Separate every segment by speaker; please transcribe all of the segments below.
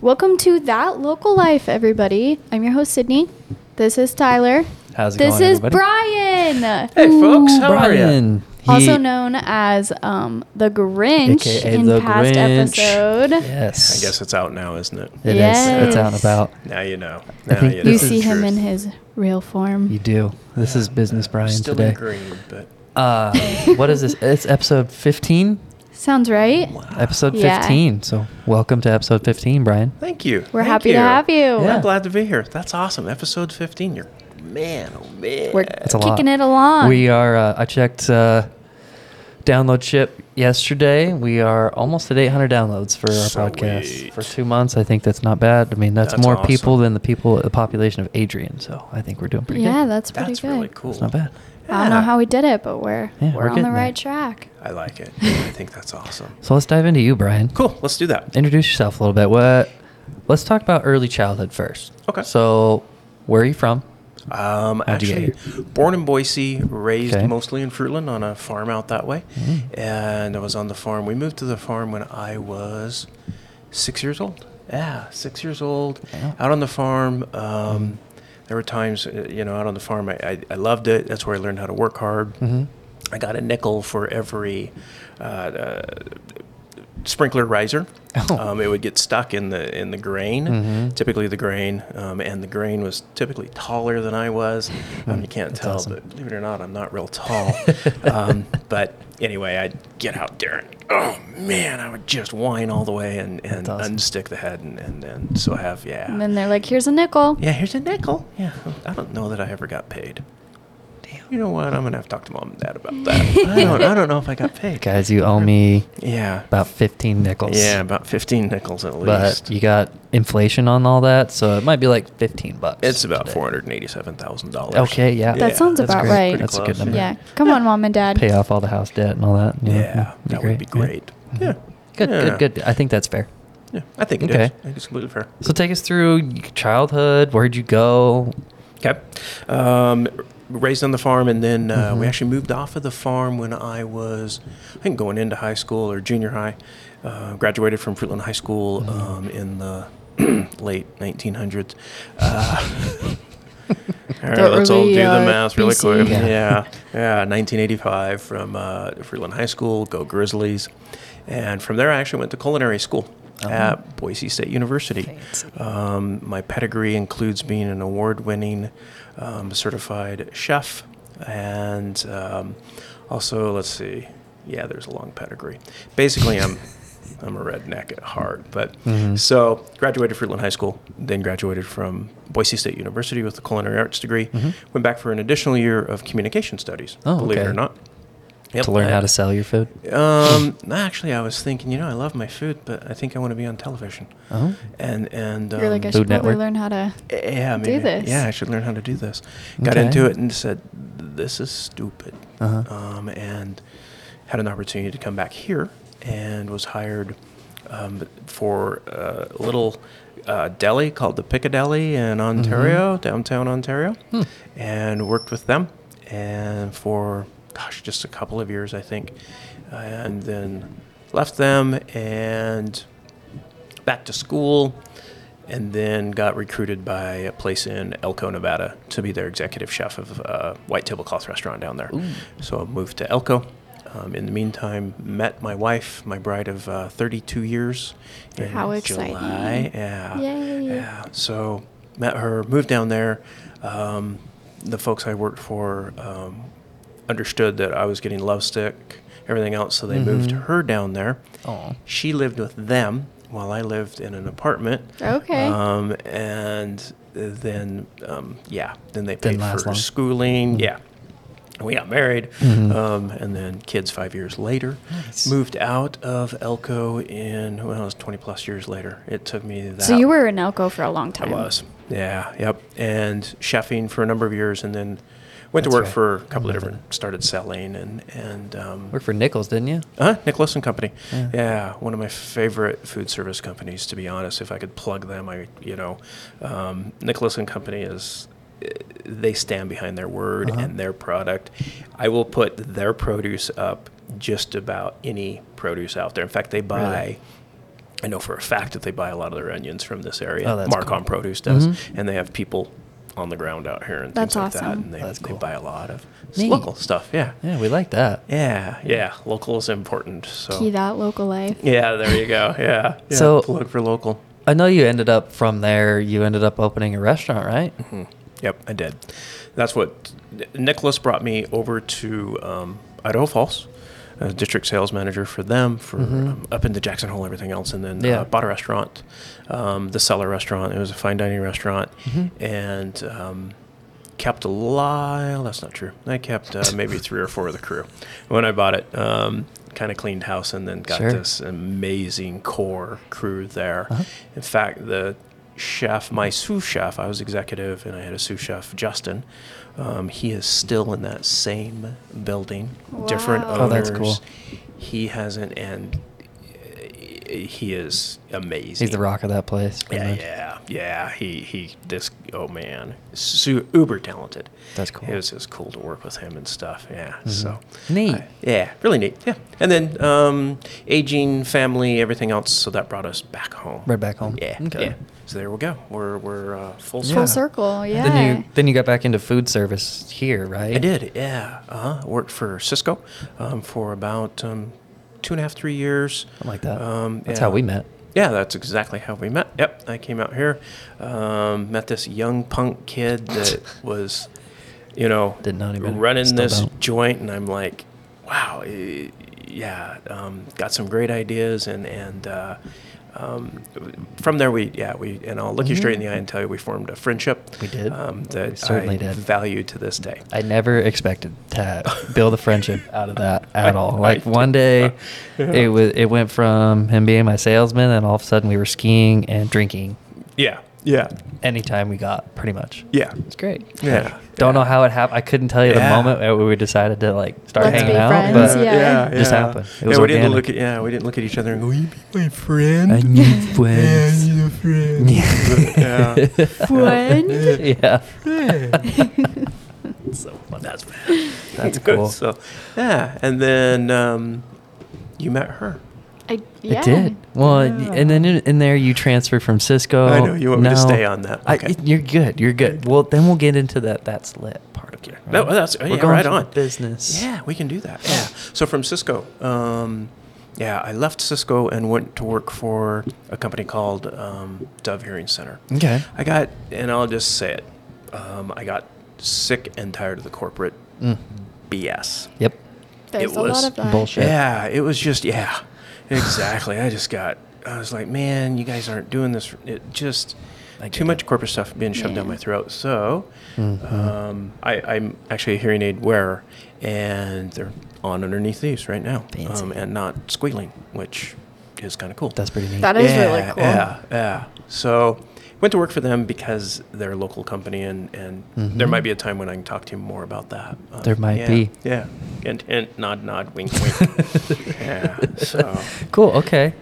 Speaker 1: Welcome to That Local Life, everybody. I'm your host, Sydney. This is Tyler.
Speaker 2: How's it
Speaker 1: This
Speaker 2: going,
Speaker 1: is
Speaker 2: everybody?
Speaker 1: Brian,
Speaker 2: Hey, folks, how are you?
Speaker 3: Brian. He-
Speaker 1: also known as um, the Grinch
Speaker 3: AKA
Speaker 1: in
Speaker 3: the
Speaker 1: past
Speaker 3: Grinch.
Speaker 1: episode.
Speaker 3: Yes.
Speaker 2: I guess it's out now, isn't it?
Speaker 3: It is.
Speaker 1: Yes.
Speaker 3: It's out and about.
Speaker 2: Now you know.
Speaker 3: I
Speaker 2: Now
Speaker 3: think
Speaker 2: you know.
Speaker 1: You
Speaker 3: This
Speaker 1: see
Speaker 3: is
Speaker 1: him
Speaker 2: Truth.
Speaker 1: in his real
Speaker 3: You
Speaker 1: form.
Speaker 3: do. This is business, Brian.
Speaker 2: Still
Speaker 3: today.
Speaker 2: in green, but
Speaker 3: Uh, what is this? It's episode 15.
Speaker 1: Sounds right.
Speaker 3: Episode
Speaker 1: Yeah.
Speaker 3: 15. So welcome to episode 15, Brian.
Speaker 2: thank you.
Speaker 1: We're
Speaker 2: Thank
Speaker 1: happy to have you.
Speaker 3: Yeah.
Speaker 2: I'm glad to be here. That's awesome. Episode 15. You're man, oh man.
Speaker 1: We're
Speaker 3: It's a lot.
Speaker 1: kicking it along.
Speaker 3: We are. Uh, I checked uh, download ship yesterday. We are almost at 800 downloads for our podcast
Speaker 2: Sweet.
Speaker 3: for two months. I think that's not bad. I mean, that's,
Speaker 2: That's
Speaker 3: more
Speaker 2: awesome.
Speaker 3: people than the people, the population of Adrian. So I think we're doing pretty
Speaker 1: yeah,
Speaker 3: good.
Speaker 1: that's pretty
Speaker 2: That's
Speaker 1: good.
Speaker 2: really cool.
Speaker 3: It's not bad.
Speaker 1: I don't know
Speaker 2: Yeah.
Speaker 1: how we did it, but we're
Speaker 3: Yeah,
Speaker 1: we're,
Speaker 3: we're
Speaker 1: on the
Speaker 3: getting
Speaker 1: right
Speaker 3: there.
Speaker 1: track.
Speaker 2: I like it. I think that's awesome.
Speaker 3: So let's dive into you, Brian.
Speaker 2: Cool. Let's do that.
Speaker 3: Introduce yourself a little bit. What? Let's talk about early childhood first.
Speaker 2: Okay.
Speaker 3: So, where are you from?
Speaker 2: Um,
Speaker 3: How'd you
Speaker 2: actually,
Speaker 3: get
Speaker 2: born in Boise, raised
Speaker 3: Okay. Mm-hmm.
Speaker 2: mostly in Fruitland on a farm out that way, and I was on the farm. We moved to the farm when I was six years old. Yeah, six years old.
Speaker 3: Wow.
Speaker 2: Out on the farm. Um, there were times, uh, you know, out on the farm, I, I, I loved it. That's where I learned how to work hard.
Speaker 3: Mm-hmm.
Speaker 2: I got a nickel for every uh, uh, sprinkler riser.
Speaker 3: Oh.
Speaker 2: Um, it would get stuck in the in the grain,
Speaker 3: Mhm.
Speaker 2: typically the grain, um, and the grain was typically taller than I was. Um, you can't tell,
Speaker 3: Hmm. awesome.
Speaker 2: but believe it or not, I'm not real tall. um, but anyway, I'd get out there and oh man, I would just whine all the way and, and
Speaker 3: That's awesome.
Speaker 2: unstick the head and, and, and so have yeah.
Speaker 1: And then they're like, "Here's a nickel."
Speaker 2: Yeah, here's a nickel. Yeah, I don't know that I ever got paid. Damn. You know what? I'm gonna have to talk to mom and dad about that. I don't. I don't know if I got paid.
Speaker 3: Guys, you owe me
Speaker 2: Yeah.
Speaker 3: about 15 nickels.
Speaker 2: yeah, about 15 nickels at least.
Speaker 3: But you got inflation on all that, so it might be like 15 bucks.
Speaker 2: it's about
Speaker 3: today.
Speaker 2: four hundred and eighty-seven thousand dollars.
Speaker 3: Okay, yeah.
Speaker 1: That sounds
Speaker 3: That's
Speaker 1: about
Speaker 3: great.
Speaker 1: right.
Speaker 3: That's a
Speaker 2: Pretty
Speaker 3: good
Speaker 2: close,
Speaker 3: number.
Speaker 1: Yeah. Come on, mom and dad.
Speaker 3: Pay off all the house debt and all that. you
Speaker 2: Yeah,
Speaker 3: know, it'd
Speaker 2: that would be
Speaker 3: yeah.
Speaker 2: great. Yeah.
Speaker 3: Good,
Speaker 2: Yeah.
Speaker 3: good, good. I think that's fair.
Speaker 2: Yeah, I think it is.
Speaker 3: Okay.
Speaker 2: I think it's completely fair.
Speaker 3: So take us through your childhood. Where'd you go?
Speaker 2: Okay. Um, raised on the farm, and then uh, we
Speaker 3: Mhm.
Speaker 2: actually moved off of the farm when I was, I think, going into high school or junior high. Uh, graduated from Fruitland High School um, in the late 1900s. Uh, all right,
Speaker 1: The
Speaker 2: let's all
Speaker 1: early,
Speaker 2: do
Speaker 1: uh,
Speaker 2: the math really
Speaker 1: BC.
Speaker 2: quick.
Speaker 3: Yeah.
Speaker 2: Yeah. yeah, 1985 from uh, Fruitland High School, go Grizzlies. And from there, I actually went to culinary school at Boise State University. Um, my pedigree includes being an award winning um, certified chef and um, also, let's see, yeah, there's a long pedigree. Basically, I'm. I'm a redneck at heart, but
Speaker 3: Mm-hmm.
Speaker 2: so graduated Fruitland High School, then graduated from Boise State University with a culinary arts degree. Went back for an additional year of communication studies.
Speaker 3: Mm-hmm. Oh,
Speaker 2: believe it
Speaker 3: okay.
Speaker 2: or not, Yep,
Speaker 3: To learn
Speaker 2: I-
Speaker 3: how to sell your food?
Speaker 2: um, no, actually, I was thinking, you know, I love my food, but I think I want to be on television.
Speaker 3: Oh.
Speaker 2: And and um,
Speaker 1: You're like, I
Speaker 3: Food
Speaker 1: should probably
Speaker 3: Network.
Speaker 1: learn how to.
Speaker 2: yeah,
Speaker 1: do
Speaker 2: maybe,
Speaker 1: this.
Speaker 2: Yeah, I should learn how to do this. Got
Speaker 3: Okay.
Speaker 2: into it and said, this is stupid.
Speaker 3: Uh-huh.
Speaker 2: Um, and had an opportunity to come back here and was hired um, for uh, a little uh, deli called the Piccadilly in
Speaker 1: Mm-hmm.
Speaker 2: Ontario, downtown Ontario,
Speaker 1: Hmm.
Speaker 2: and worked with them and for gosh, just a couple of years, I think, and then left them and back to school and then got recruited by a place in Elko, Nevada to be their executive chef of a white tablecloth restaurant down there. So I moved to Elko. Um, in the meantime, met my wife, my bride of uh, 32 years in
Speaker 1: How exciting.
Speaker 2: July. Yeah.
Speaker 1: Yay.
Speaker 2: Yeah. So met her, moved down there. Um, the folks I worked for um, understood that I was getting love sick, everything else, so they
Speaker 1: Mm-hmm.
Speaker 2: moved her down there.
Speaker 3: Oh.
Speaker 2: She lived with them while I lived in an apartment.
Speaker 1: Okay.
Speaker 2: Um, and then, um, yeah, then they
Speaker 3: Didn't
Speaker 2: paid
Speaker 3: last
Speaker 2: for
Speaker 3: long. Mm-hmm.
Speaker 2: schooling. Yeah. We got married, um, and then kids five years later.
Speaker 3: Nice.
Speaker 2: Moved out of Elko in, well, it was 20 plus years later. It took me that
Speaker 1: so you were in Elko for a long
Speaker 2: I
Speaker 1: time.
Speaker 2: was. Yeah. Yep. And chefing for a number of years, and then went
Speaker 3: That's
Speaker 2: to work
Speaker 3: right.
Speaker 2: for a couple of different. Started selling and and um,
Speaker 3: Worked for Nichols, didn't you?
Speaker 2: uh, Nicholas and Company.
Speaker 3: Yeah.
Speaker 2: Yeah. one of my favorite food service companies. To be honest, if I could plug them, I you know, um, Nicholas and Company is they stand behind their word
Speaker 3: Uh-huh.
Speaker 2: and their product. I will put their produce up just about any produce out there. In fact, they buy I know for a fact that they buy a lot of their onions from this area.
Speaker 3: Oh, that's
Speaker 2: Mark
Speaker 3: cool.
Speaker 2: on Produce does,
Speaker 3: Mhm.
Speaker 2: and they have people on the ground out here and
Speaker 1: That's
Speaker 2: things like that,
Speaker 1: awesome.
Speaker 2: and they,
Speaker 3: That's
Speaker 2: they
Speaker 3: cool.
Speaker 2: buy a lot of s-
Speaker 3: Neat.
Speaker 2: local stuff. Yeah,
Speaker 3: Yeah, we like that.
Speaker 2: yeah, yeah. Local is important. So
Speaker 1: Key that local life.
Speaker 2: yeah, there you go. Yeah. yeah.
Speaker 3: So-
Speaker 2: plug for local.
Speaker 3: I know you ended up from there. You ended up opening a restaurant, right?
Speaker 2: Yep, I did. Hmm. That's what Nicholas brought me over to um, Idaho Falls, uh, district sales manager for them, for um, up into Jackson Hole, everything else, and then
Speaker 3: Yeah.
Speaker 2: uh, bought a restaurant, um, the Cellar Restaurant. It was a fine dining restaurant, Mm-hmm. and um, kept a lot. That's not true. I kept uh, maybe three or four of the crew when I bought it. Um, kind of cleaned house, and then got
Speaker 3: Sure.
Speaker 2: this amazing core crew there.
Speaker 3: Uh-huh.
Speaker 2: In fact, the chef, my sous chef, I was executive and I had a sous chef, Justin. Um, he is still in that same building, different
Speaker 1: Wow.
Speaker 3: Oh,
Speaker 2: owners.
Speaker 3: that's cool.
Speaker 2: He hasn't, and uh, he is amazing.
Speaker 3: He's the rock of that place. pretty
Speaker 2: Yeah,
Speaker 3: much.
Speaker 2: yeah, yeah. He he. This oh man, su- uber talented.
Speaker 3: That's cool. Mm-hmm.
Speaker 2: It was just cool to work with him and stuff. Yeah. So
Speaker 3: Neat.
Speaker 2: I- yeah, really neat. Yeah. And then um, aging, family, everything else. So that brought us back home.
Speaker 3: Right back home.
Speaker 2: Yeah.
Speaker 3: Okay.
Speaker 2: Yeah. So there we go. We're we're uh, full
Speaker 3: Yeah.
Speaker 1: Full
Speaker 2: circle.
Speaker 1: circle. Yeah.
Speaker 3: Then you then you got back into food service here, right?
Speaker 2: I did, yeah. Uh-huh. Worked for Cisco um, for about um, two and a half, three years.
Speaker 3: Something like that.
Speaker 2: Um,
Speaker 3: That's
Speaker 2: yeah.
Speaker 3: how we met.
Speaker 2: Yeah, that's exactly how we met. Yep, I came out here, um, met this young punk kid that was, you know,
Speaker 3: Did not even-
Speaker 2: running
Speaker 3: still
Speaker 2: this
Speaker 3: don't.
Speaker 2: joint, and I'm like, wow, eh, yeah, um, got some great ideas, and and uh, um, from there we yeah we and I'll look you straight in the eye and tell you we formed a friendship.
Speaker 3: Mm-hmm. We did.
Speaker 2: um, that
Speaker 3: We certainly
Speaker 2: I
Speaker 3: did.
Speaker 2: value to this day.
Speaker 3: I never expected to build a friendship out of that at all. Like
Speaker 2: I-
Speaker 3: one day, it was it went from him being my salesman, and all of a sudden we were skiing and drinking
Speaker 2: Yeah, yeah,
Speaker 3: anytime we got, pretty much.
Speaker 2: yeah,
Speaker 3: It's great.
Speaker 2: yeah.
Speaker 3: Don't know how it happened. I couldn't tell you the
Speaker 2: Yeah.
Speaker 3: moment that we decided to like start
Speaker 1: Let's
Speaker 3: hanging
Speaker 1: be
Speaker 3: out,
Speaker 1: friends,
Speaker 3: but
Speaker 1: yeah.
Speaker 3: it just happened. It
Speaker 2: yeah,
Speaker 3: was
Speaker 2: we didn't
Speaker 3: organic.
Speaker 2: look at yeah, we didn't look at each other and go, "Will you be my friend?"
Speaker 3: I need friends.
Speaker 2: Yeah, you're a friend.
Speaker 3: Yeah.
Speaker 2: yeah.
Speaker 1: Friend?
Speaker 3: yeah,
Speaker 2: so that's
Speaker 3: that's cool.
Speaker 2: So yeah, and then um, you met her.
Speaker 1: I, yeah.
Speaker 3: It did. Well,
Speaker 2: Yeah.
Speaker 3: and then in, in there you transfer from Cisco.
Speaker 2: I know, you want me to stay on that.
Speaker 3: I-
Speaker 2: Okay.
Speaker 3: you're good. You're good. Well, then we'll get into that. That's lit part.
Speaker 2: Okay.
Speaker 3: right?
Speaker 2: No, that's yeah,
Speaker 3: We're going
Speaker 2: right
Speaker 3: to
Speaker 2: on.
Speaker 3: business.
Speaker 2: Yeah, we can do that. Yeah. So from Cisco, um, yeah, I left Cisco and went to work for a company called um, Dove Hearing Center.
Speaker 3: Okay.
Speaker 2: I got, and I'll just say it, um, I got sick and tired of the corporate
Speaker 3: Mm.
Speaker 2: BS.
Speaker 3: Yep.
Speaker 1: There's
Speaker 2: It
Speaker 1: a
Speaker 2: was
Speaker 1: lot of that.
Speaker 3: bullshit.
Speaker 2: Yeah, it was just yeah, exactly. I just got. I was like, man, you guys aren't doing this. It just
Speaker 3: I get Mm-hmm.
Speaker 2: too much corporate stuff being shoved down
Speaker 1: Yeah.
Speaker 2: my throat. So, um, I, I'm actually a hearing aid wearer, and they're on underneath these right now,
Speaker 3: Fancy.
Speaker 2: um, and not squealing, which is kind of cool.
Speaker 3: That's pretty neat.
Speaker 1: That is really cool.
Speaker 2: Yeah, yeah. So went to work for them because they're a local company, and, and there might be a time when I can talk to you more about that. Um,
Speaker 3: There might
Speaker 2: yeah,
Speaker 3: be.
Speaker 2: Yeah. Hint, hint, nod, nod, wink, wink. yeah. So
Speaker 3: cool. Okay.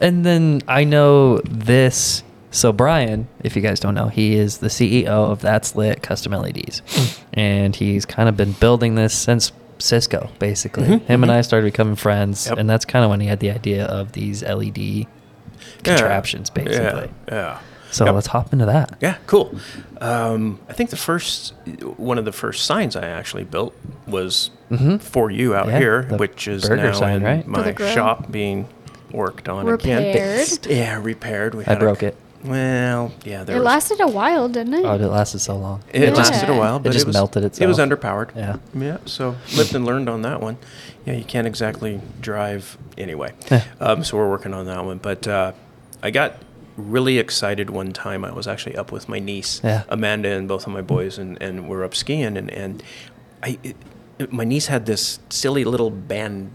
Speaker 3: And then I know this. So Brian, if you guys don't know, he is the CEO of That's Lit Custom LEDs,
Speaker 2: Mm-hmm.
Speaker 3: and he's kind of been building this since Cisco. Basically,
Speaker 2: Mhm,
Speaker 3: him and
Speaker 2: mhm.
Speaker 3: I started becoming friends,
Speaker 2: Yep.
Speaker 3: and that's kind of when he had the idea of these E LED contraptions,
Speaker 2: yeah,
Speaker 3: basically.
Speaker 2: Yeah. yeah.
Speaker 3: So
Speaker 2: Yep.
Speaker 3: let's hop into that.
Speaker 2: Yeah, cool. Um, I think the first, one of the first signs I actually built was
Speaker 3: Mhm.
Speaker 2: for you out
Speaker 3: Yeah,
Speaker 2: here,
Speaker 3: the
Speaker 2: which is
Speaker 3: burger
Speaker 2: now
Speaker 3: sign,
Speaker 2: in
Speaker 3: right?
Speaker 1: For the
Speaker 2: my
Speaker 1: grill.
Speaker 2: shop being worked on again.
Speaker 1: Repaired.
Speaker 3: Fixed.
Speaker 2: Yeah, repaired. We
Speaker 3: I
Speaker 2: had a-
Speaker 3: broke it.
Speaker 2: Well, yeah, there
Speaker 1: It
Speaker 2: was-
Speaker 1: lasted a while, didn't it?
Speaker 3: Oh, it lasted so long.
Speaker 2: It
Speaker 1: Yeah.
Speaker 2: lasted a while,
Speaker 1: It
Speaker 2: but
Speaker 3: just
Speaker 2: was,
Speaker 3: melted
Speaker 2: It was
Speaker 3: itself.
Speaker 2: underpowered.
Speaker 3: Yeah.
Speaker 2: Yeah. So lived and learned on that one. Yeah, you can't exactly drive anyway.
Speaker 3: Yeah.
Speaker 2: um, so we're working on that one. But uh, I got really excited one time. I was actually up with my niece,
Speaker 3: Yeah.
Speaker 2: Amanda, and both of my boys, and, and we're up skiing. And, and I, it, it- my niece had this silly little band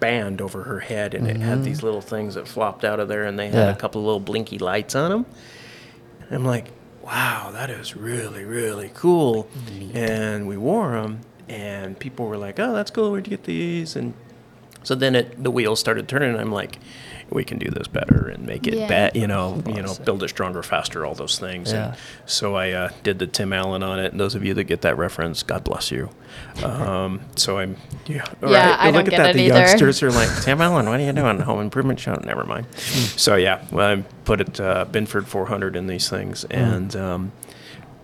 Speaker 2: band over her head, and it had these little things that flopped out of there, and they had
Speaker 3: Mm-hmm. Yeah.
Speaker 2: a couple little blinky lights on them. And I'm like, wow, that is really, really cool. And we wore them, and people were like, oh, that's cool. Where'd you get these? And So then it, the wheels started turning. And I'm like, we can do this better and make it
Speaker 1: Yeah.
Speaker 2: bet, you know, you know,
Speaker 3: Awesome.
Speaker 2: build it stronger, faster, all those things.
Speaker 3: Yeah.
Speaker 2: And so I uh, did the Tim Allen on it. And those of you that get that reference, God bless you. Um, so I'm, yeah, all
Speaker 1: Yeah,
Speaker 2: right.
Speaker 1: I don't
Speaker 2: Look at
Speaker 1: get
Speaker 2: that.
Speaker 1: it
Speaker 2: the
Speaker 1: either.
Speaker 2: youngsters are like, Tim Allen, what are you doing? Home improvement show? Never mind. so yeah, well, I put it uh, Binford 400 in these things and um,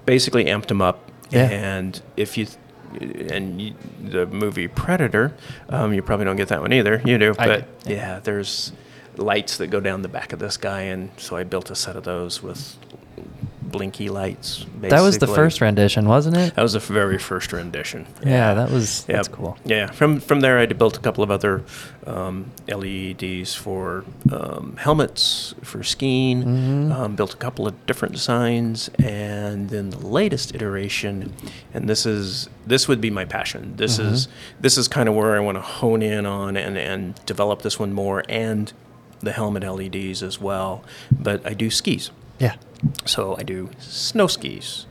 Speaker 2: basically amped them up.
Speaker 3: Mm. Yeah.
Speaker 2: And if you, and you, the movie Predator, um, you probably don't get that one either. You do,
Speaker 3: I
Speaker 2: but
Speaker 3: do, yeah.
Speaker 2: yeah, there's lights that go down the back of this guy, and so I built a set of those with blinky lights. Basically.
Speaker 3: That was the first rendition, wasn't it?
Speaker 2: That was the very first rendition.
Speaker 3: yeah, that was
Speaker 2: Yeah,
Speaker 3: that's cool.
Speaker 2: Yeah, from from there I had built a couple of other um, LEDs for um, helmets for skiing.
Speaker 3: Mm-hmm.
Speaker 2: Um, built a couple of different designs, and then the latest iteration, and this is this would be my passion. This
Speaker 3: Mm-hmm.
Speaker 2: is this is kind of where I want to hone in on and and develop this one more and the helmet LEDs as well. But I do skis.
Speaker 3: Yeah.
Speaker 2: So I do snow skis,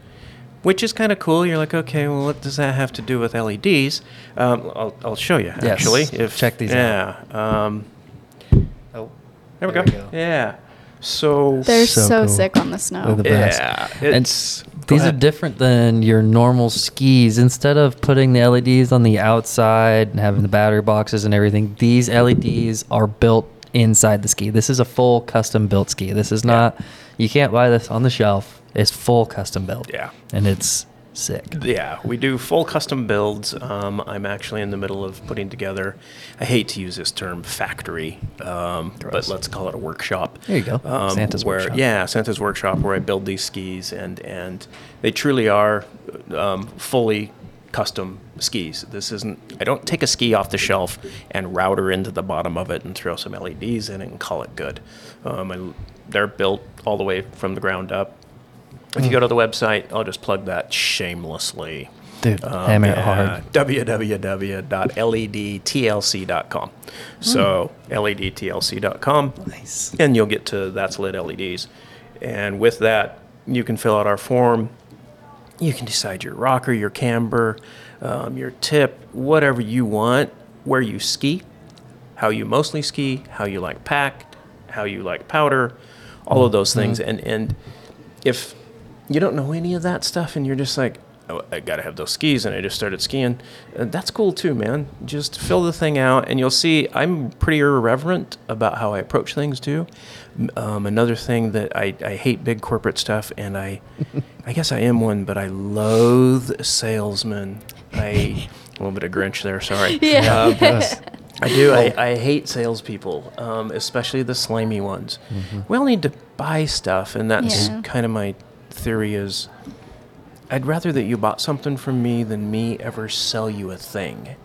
Speaker 2: which is kind of cool. You're like, okay, well, what does that have to do with LEDs? Um, I'll, I'll show you
Speaker 3: Yes.
Speaker 2: actually.
Speaker 3: Check these out.
Speaker 2: yeah, out. Yeah. Um,
Speaker 3: Oh,
Speaker 2: there we go. Yeah. So
Speaker 1: They're
Speaker 3: So
Speaker 1: so,
Speaker 3: cool.
Speaker 1: sick on the snow.
Speaker 3: They're the best.
Speaker 2: yeah,
Speaker 3: And
Speaker 2: it's go
Speaker 3: These are
Speaker 2: ahead.
Speaker 3: different than your normal skis. Instead of putting the LEDs on the outside and having the battery boxes and everything, these LEDs are built inside the ski. This is a full custom built ski. This is not, you can't buy this on the shelf. It's full custom built.
Speaker 2: Yeah.
Speaker 3: And it's sick.
Speaker 2: Yeah, we do full custom builds. Um, I'm actually in the middle of putting together. I hate to use this term factory, um, but
Speaker 3: Gross.
Speaker 2: let's call it a workshop.
Speaker 3: There you go. Santa's
Speaker 2: Um, where,
Speaker 3: workshop.
Speaker 2: Yeah, Santa's workshop where I build these skis and and they truly are um, fully custom skis. This isn't. I don't take a ski off the shelf and router into the bottom of it and throw some LEDs in it and call it good. Um, I, they're built all the way from the ground up. If
Speaker 3: Hmm.
Speaker 2: you go to the website, I'll just plug that shamelessly.
Speaker 3: Dude,
Speaker 2: Um,
Speaker 3: hammer it
Speaker 2: yeah,
Speaker 3: hard.
Speaker 2: E www.ledtlc.com.
Speaker 3: Hmm.
Speaker 2: So E ledtlc.com.
Speaker 3: Nice.
Speaker 2: And you'll get to That's E Lit LEDs. And with that, you can fill out our form. You can decide your rocker, your camber, um, your tip, whatever you want, where you ski, how you mostly ski, how you like packed, how you like powder, all of those things. And, and if you don't know any of that stuff and you're just like, oh, I gotta have those skis and I just started skiing, uh, that's cool too, man. Just fill the thing out and you'll see I'm pretty irreverent about how I approach things too. M- Um, another thing that I, I hate big corporate stuff and I, I guess I am one, but I loathe salesmen. I, a little bit of Grinch there, sorry.
Speaker 1: Yeah.
Speaker 2: Um, I do. I,
Speaker 3: Oh.
Speaker 2: I hate salespeople, um, especially the slimy ones.
Speaker 3: Mm-hmm.
Speaker 2: We all need to buy stuff, and that's
Speaker 1: Yeah.
Speaker 2: kind of my theory. Is I'd rather that you bought something from me than me ever sell you a thing.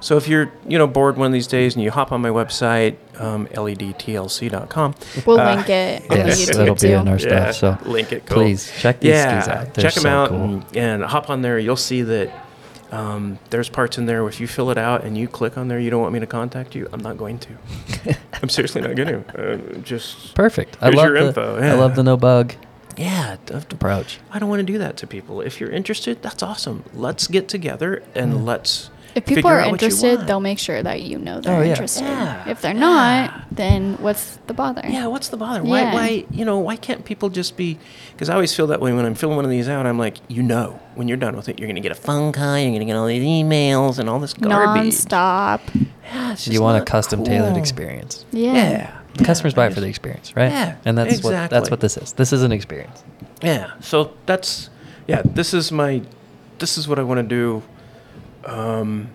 Speaker 2: So if you're you know bored one of these days and you hop on my website um, ledtlc.com,
Speaker 1: We'll
Speaker 2: uh,
Speaker 1: link it on
Speaker 3: Yes,
Speaker 1: the YouTube
Speaker 3: it'll be
Speaker 1: too.
Speaker 3: in our
Speaker 2: Yeah,
Speaker 3: stuff. So
Speaker 2: link it, cool.
Speaker 3: Please check these skis out. They're
Speaker 2: check
Speaker 3: so
Speaker 2: them out
Speaker 3: cool.
Speaker 2: and, and hop on there. You'll see that um, there's parts in there. If you fill it out and you click on there, you don't want me to contact you. I'm not going to. I'm seriously not going to. Uh, just
Speaker 3: Perfect. I
Speaker 2: Here's
Speaker 3: love
Speaker 2: your
Speaker 3: the,
Speaker 2: info,
Speaker 3: I love
Speaker 2: yeah.
Speaker 3: the no bug
Speaker 2: yeah. d- d-
Speaker 3: approach.
Speaker 2: I don't want to do that to people. If you're interested, that's awesome. Let's get together and
Speaker 3: Mm.
Speaker 2: let's.
Speaker 1: If people
Speaker 2: figure
Speaker 1: are
Speaker 2: out what you
Speaker 1: interested,
Speaker 2: want.
Speaker 1: they'll make sure that you know they're
Speaker 3: Oh, yeah.
Speaker 1: interested.
Speaker 2: Yeah,
Speaker 1: If they're
Speaker 2: yeah.
Speaker 1: not, then what's the bother?
Speaker 2: Yeah, what's the bother? Why,
Speaker 1: Yeah.
Speaker 2: why, you know, why can't people just be? Because I always feel that way when I'm filling one of these out. I'm like, you know, when you're done with it, you're gonna get a phone call, you're gonna get all these emails and all this garbage.
Speaker 1: Non-stop.
Speaker 2: Yeah, it's
Speaker 3: You
Speaker 2: just
Speaker 3: want a
Speaker 2: not
Speaker 3: custom tailored
Speaker 2: cool.
Speaker 3: experience.
Speaker 1: Yeah.
Speaker 2: Yeah.
Speaker 3: Customers buy it for the experience, right?
Speaker 2: Yeah,
Speaker 3: And that's what that's
Speaker 2: exactly.
Speaker 3: what this is. This is an experience.
Speaker 2: Yeah. So that's yeah. This is my this is what I want to do. Um,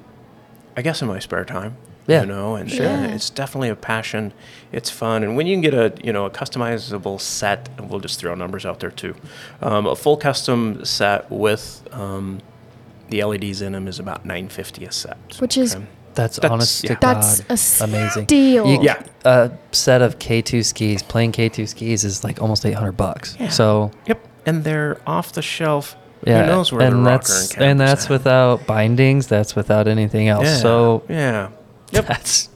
Speaker 2: I guess in my spare time.
Speaker 3: Yeah.
Speaker 2: You know, and,
Speaker 1: Sure.
Speaker 2: and
Speaker 1: Yeah.
Speaker 2: it's definitely a passion. It's fun, and when you can get a you know a customizable set, and we'll just throw numbers out there too. Um, a full custom set with um, the LEDs in them is about nine fifty a set,
Speaker 1: Which is
Speaker 2: Okay.
Speaker 3: That's,
Speaker 2: That's-
Speaker 3: honest
Speaker 2: yeah.
Speaker 3: to
Speaker 1: That's
Speaker 3: God,
Speaker 1: a s-
Speaker 3: amazing.
Speaker 1: deal.
Speaker 3: You-
Speaker 2: Yeah.
Speaker 3: A set of K2 skis, plain K2 skis is like almost 800 bucks.
Speaker 2: Yeah.
Speaker 3: So,
Speaker 2: yep, and they're off the shelf.
Speaker 3: yeah.
Speaker 2: Who knows where
Speaker 3: and
Speaker 2: the rocker
Speaker 3: that's
Speaker 2: camera's
Speaker 3: and that's
Speaker 2: at.
Speaker 3: without bindings, that's without anything else.
Speaker 2: Yeah.
Speaker 3: So,
Speaker 2: yeah. Yep.
Speaker 3: that's